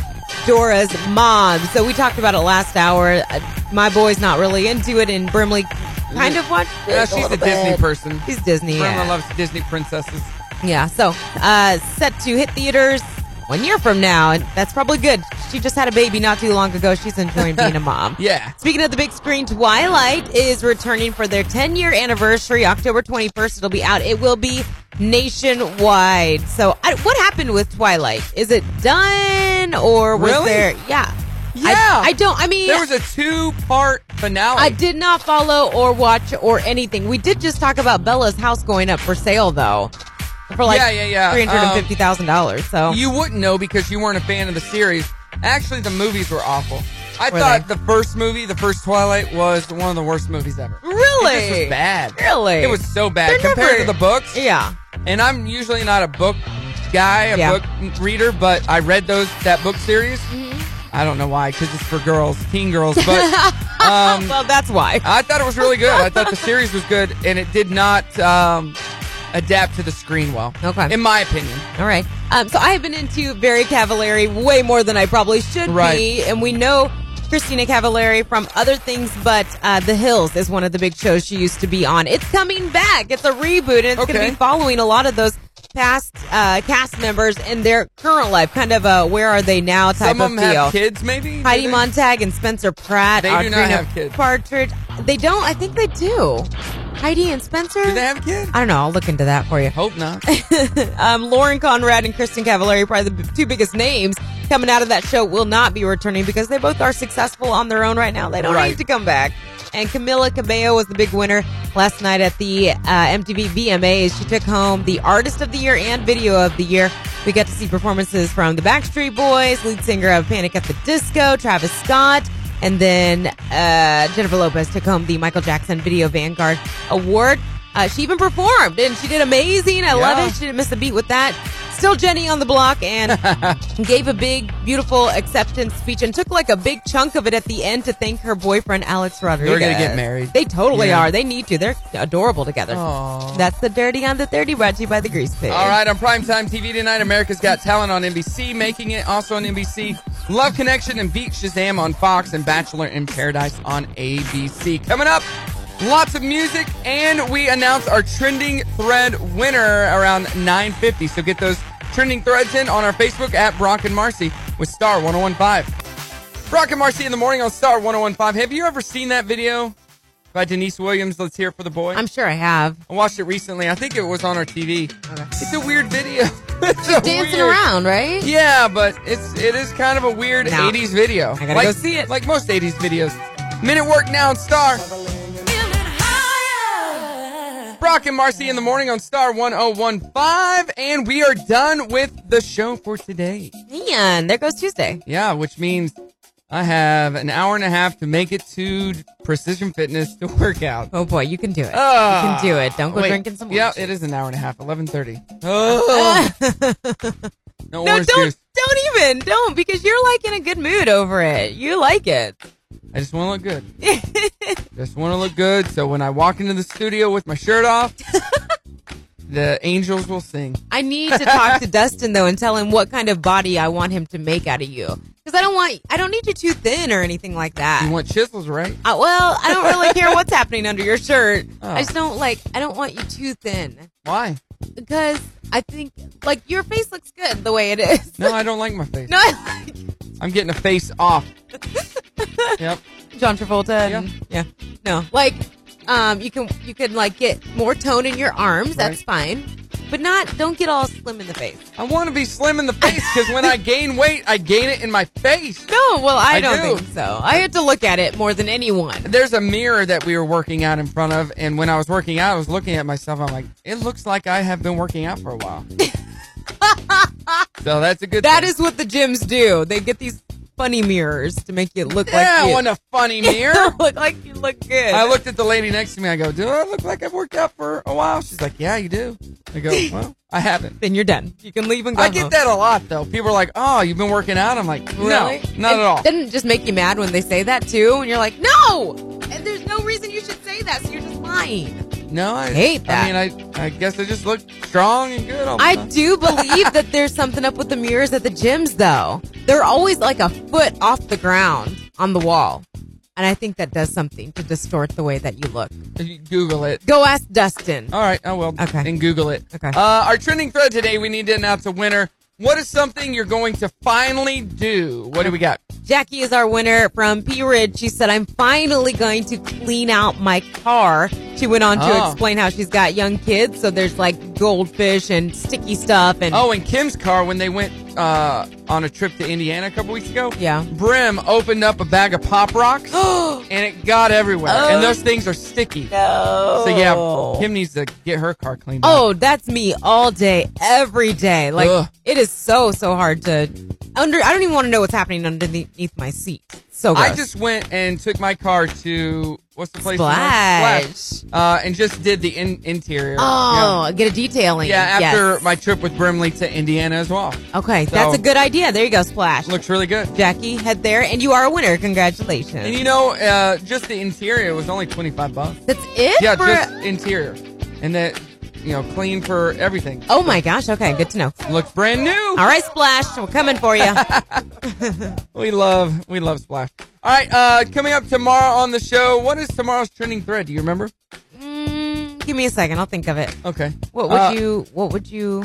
Speaker 2: Dora's mom. So we talked about it last hour. Uh, My boy's not really into it and Brimley kind of watched it.
Speaker 1: Yeah, she's a
Speaker 2: little
Speaker 1: Disney
Speaker 2: bit.
Speaker 1: person.
Speaker 2: She's Disney.
Speaker 1: Grandma
Speaker 2: Yeah.
Speaker 1: loves Disney princesses.
Speaker 2: yeah. So, uh, set to hit theaters one year from now. And that's probably good. She just had a baby not too long ago. She's enjoying being a mom.
Speaker 1: Yeah.
Speaker 2: Speaking of the big screen, Twilight is returning for their 10 year anniversary, October 21st. It'll be out. It will be nationwide. So, I, what happened with Twilight? Is it done or was
Speaker 1: Really?
Speaker 2: there? Yeah.
Speaker 1: Yeah.
Speaker 2: I, I don't, I mean,
Speaker 1: There was a two part finale.
Speaker 2: I did not follow or watch or anything. We did just talk about Bella's house going up for sale, though, for like
Speaker 1: Yeah, yeah, yeah.
Speaker 2: $350,000. So,
Speaker 1: you wouldn't know because you weren't a fan of the series. Actually, the movies were awful. I
Speaker 2: Were
Speaker 1: thought the first movie, the first Twilight, was one of the worst movies ever.
Speaker 2: really?
Speaker 1: It just was bad.
Speaker 2: Really?
Speaker 1: It was so bad
Speaker 2: They're
Speaker 1: compared
Speaker 2: never-
Speaker 1: to the books.
Speaker 2: Yeah.
Speaker 1: and I'm usually not a book guy, a
Speaker 2: Yeah.
Speaker 1: book reader, but I read those that book series.
Speaker 2: Mm-hmm.
Speaker 1: I don't know why, because it's for girls, teen girls. But um,
Speaker 2: well, that's why.
Speaker 1: I thought it was really good. I thought the series was good, and it did not um, adapt to the screen well,
Speaker 2: Okay.
Speaker 1: in my opinion.
Speaker 2: All right. Um, so I have been into Barry Cavallari way more than I probably should
Speaker 1: Right.
Speaker 2: be, and we know Christina Cavallari from other things, but uh, The Hills is one of the big shows she used to be on. It's coming back. It's a reboot, and it's going
Speaker 1: Okay.
Speaker 2: to be following a lot of those past uh, cast members in their current life, kind of a where are they now type
Speaker 1: Some of them
Speaker 2: deal.
Speaker 1: have kids, maybe. do
Speaker 2: Heidi
Speaker 1: they?
Speaker 2: Montag and Spencer Pratt.
Speaker 1: They do not
Speaker 2: Audrina
Speaker 1: have kids.
Speaker 2: Partridge. They don't. I think they do. Heidi and Spencer.
Speaker 1: Do they have kids?
Speaker 2: I don't know. I'll look into that for you.
Speaker 1: Hope not.
Speaker 2: um, Lauren Conrad and Kristen Cavallari, probably the b- two biggest names coming out of that show, will not be returning because they both are successful on their own right now. They don't
Speaker 1: Right.
Speaker 2: need to come back. And Camila Cabello was the big winner last night at the uh, MTV VMAs. She took home the Artist of the Year and Video of the Year. We got to see performances from the Backstreet Boys, lead singer of Panic at the Disco, Travis Scott, and then uh, Jennifer Lopez took home the Michael Jackson Video Vanguard Award. Uh, she even performed and she did amazing. I
Speaker 1: Yeah.
Speaker 2: love it. She didn't miss a beat with that. Still Jenny on the block and gave a big, beautiful acceptance speech and took like a big chunk of it at the end to thank her boyfriend, Alex Rodriguez.
Speaker 1: They're gonna get married.
Speaker 2: They totally
Speaker 1: Yeah.
Speaker 2: are. They need to. They're adorable together.
Speaker 1: Aw.
Speaker 2: That's the Dirty on the 30 brought to you by the Grease Pig.
Speaker 1: All right, on primetime TV tonight, America's Got Talent on NBC, Making It also on NBC, Love Connection and Beat Shazam on Fox, and Bachelor in Paradise on ABC. Coming up, lots of music, and we announce our trending thread winner around 9.50. So get those trending threads in on our Facebook at Brock and Marcy with Star 1015. Brock and Marcy in the morning on Star 1015. Have you ever seen that video by Denise Williams? Let's hear it for the boy.
Speaker 2: I'm sure I have.
Speaker 1: I watched it recently. I think it was on our TV. It's a weird video. it's a
Speaker 2: Dancing
Speaker 1: weird-
Speaker 2: around, right?
Speaker 1: Yeah, but it's it is kind of a weird
Speaker 2: No.
Speaker 1: 80s video.
Speaker 2: I gotta
Speaker 1: like,
Speaker 2: go see it.
Speaker 1: Like most 80s videos. Minute work now on Star. Brock and Marcy in the morning on Star 1015, and we are done with the show for today.
Speaker 2: Man, there goes Tuesday.
Speaker 1: Yeah, which means I have an hour and a half to make it to Precision Fitness to work out.
Speaker 2: Oh boy, you can do it.
Speaker 1: Ah.
Speaker 2: you can do it. Don't go
Speaker 1: Wait,
Speaker 2: drinking some
Speaker 1: Yeah,
Speaker 2: orange
Speaker 1: it is an hour and a half. Eleven thirty. Oh, no
Speaker 2: No,
Speaker 1: orange
Speaker 2: don't
Speaker 1: juice.
Speaker 2: don't even don't because you're like in a good mood over it. You like it.
Speaker 1: I just want to look good. just want to look good. So when I walk into the studio with my shirt off, the angels will sing.
Speaker 2: I need to talk to Dustin though and tell him what kind of body I want him to make out of you because I don't want I don't need you too thin or anything like
Speaker 1: You
Speaker 2: that.
Speaker 1: want chisels, right?
Speaker 2: I, well, I don't really care what's happening under your shirt.
Speaker 1: Oh.
Speaker 2: I just don't like I don't want you too thin
Speaker 1: Why?
Speaker 2: because I think like your face looks good the way it is.
Speaker 1: No, I don't like my face.
Speaker 2: No, I like
Speaker 1: I'm getting a face off. yep.
Speaker 2: John Travolta. And, yeah. No, like, um, you can you can like get more tone in your arms. That's fine, but not don't get all slim in the face.
Speaker 1: I want to be slim in the face because when I gain weight, I gain it in my face.
Speaker 2: No, well, I,
Speaker 1: I
Speaker 2: don't
Speaker 1: do.
Speaker 2: think so. I had to look at it more than anyone.
Speaker 1: There's a mirror that we were working out in front of, and when I was working out, I was looking at myself. I'm like, it looks like I have been working out for a while. so that's a good.
Speaker 2: That
Speaker 1: thing.
Speaker 2: is what the gyms do. They get these funny mirrors to make you look
Speaker 1: yeah,
Speaker 2: like
Speaker 1: I
Speaker 2: you.
Speaker 1: want a funny mirror.
Speaker 2: Don't look like you look good.
Speaker 1: I looked at the lady next to me. I go, "Do I look like I've worked out for a while?" She's like, "Yeah, you do." I go, "Well, I haven't."
Speaker 2: then you're done. You can leave and go.
Speaker 1: I get
Speaker 2: home.
Speaker 1: that a lot though. People are like, "Oh, you've been working out." I'm like, "No,
Speaker 2: Really?
Speaker 1: not
Speaker 2: And
Speaker 1: at all."
Speaker 2: Doesn't it just make you mad when they say that too? And you're like, no. And there's no reason you should say that. So you're just lying.
Speaker 1: No, I
Speaker 2: Hate
Speaker 1: I
Speaker 2: that.
Speaker 1: mean, I I guess I just look strong and good. All the
Speaker 2: I
Speaker 1: time.
Speaker 2: do believe that there's something up with the mirrors at the gyms, though. They're always like a foot off the ground on the wall. And I think that does something to distort the way that you look.
Speaker 1: You Google it.
Speaker 2: Go ask Dustin.
Speaker 1: All right, I will.
Speaker 2: Okay.
Speaker 1: And Google it.
Speaker 2: Okay.
Speaker 1: Uh, our trending thread today, we need to announce a winner. What is something you're going to finally do? What do we got?
Speaker 2: Jackie is our winner from P Ridge. She said, I'm finally going to clean out my car. She went on to
Speaker 1: Oh.
Speaker 2: explain how she's got young kids, so there's like goldfish and sticky stuff and
Speaker 1: Oh, in Kim's car when they went uh, on a trip to Indiana a couple weeks ago.
Speaker 2: Yeah.
Speaker 1: Brim opened up a bag of pop rocks and it got everywhere.
Speaker 2: Oh.
Speaker 1: and those things are sticky. So yeah, Kim needs to get her car cleaned. up.
Speaker 2: Oh, that's me all day, every day. Like
Speaker 1: Ugh.
Speaker 2: it is so so hard to under. I don't even want to know what's happening underneath my seat. So gross.
Speaker 1: I just went and took my car to what's the place?
Speaker 2: Splash.
Speaker 1: Uh, and just did the in- interior.
Speaker 2: Oh, get a detailing.
Speaker 1: Yeah, Yeah, after
Speaker 2: Yes.
Speaker 1: my trip with Brimley to Indiana as well.
Speaker 2: Okay,
Speaker 1: So-
Speaker 2: that's a good idea. There you go, Splash.
Speaker 1: Looks really good.
Speaker 2: Jackie, head there, and you are a winner. Congratulations.
Speaker 1: And you know, uh, just the interior was only twenty five bucks.
Speaker 2: that's it?
Speaker 1: Yeah,
Speaker 2: for-
Speaker 1: just interior, and that you know, clean for everything.
Speaker 2: oh my gosh. Okay, good to know.
Speaker 1: Looks brand new.
Speaker 2: All right, Splash, we're coming for you.
Speaker 1: We love, we love Splash. All right, uh, coming up tomorrow on the show. What is tomorrow's trending thread? Do you remember?
Speaker 2: Mm, give me a second. I'll think of it.
Speaker 1: Okay.
Speaker 2: What would
Speaker 1: Uh,
Speaker 2: you? What would you?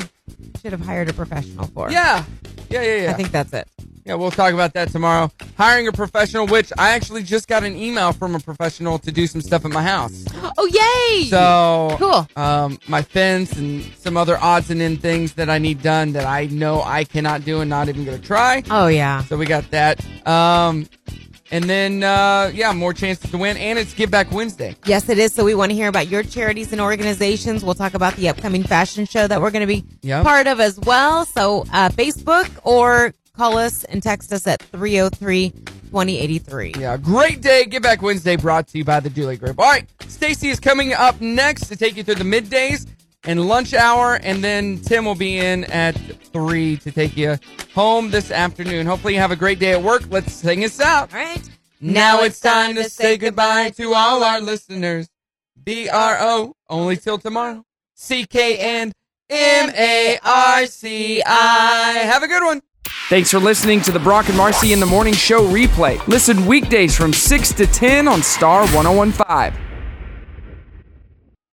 Speaker 2: Should have hired a professional for.
Speaker 1: Yeah. Yeah, yeah, yeah.
Speaker 2: I think that's it.
Speaker 1: Yeah, we'll talk about that tomorrow. Hiring a professional, which I actually just got an email from a professional to do some stuff at my house.
Speaker 2: Oh yay!
Speaker 1: So
Speaker 2: Cool.
Speaker 1: Um, my fence and some other odds and end things that I need done that I know I cannot do and not even going to try.
Speaker 2: oh yeah.
Speaker 1: So we got that. Um, and then uh, yeah, more chances to win, and it's Give Back Wednesday.
Speaker 2: Yes, it is. So we want to hear about your charities and organizations. We'll talk about the upcoming fashion show that we're going to be
Speaker 1: Yep.
Speaker 2: part of as well. So uh, Facebook or call us and text us at 303 2083.
Speaker 1: Yeah, great day. Give Back Wednesday brought to you by the Dooley Group. All right, Stacy is coming up next to take you through the middays and lunch hour, and then Tim will be in at three to take you home this afternoon. Hopefully, you have a great day at work. Let's sing us out.
Speaker 2: All right.
Speaker 1: Now it's time to say goodbye to all our listeners. B R O, only till tomorrow. C K and M A R C I. Have a good one. Thanks for listening to the Brock and Marcy in the Morning Show replay. Listen weekdays from 6 to 10 on Star 1015.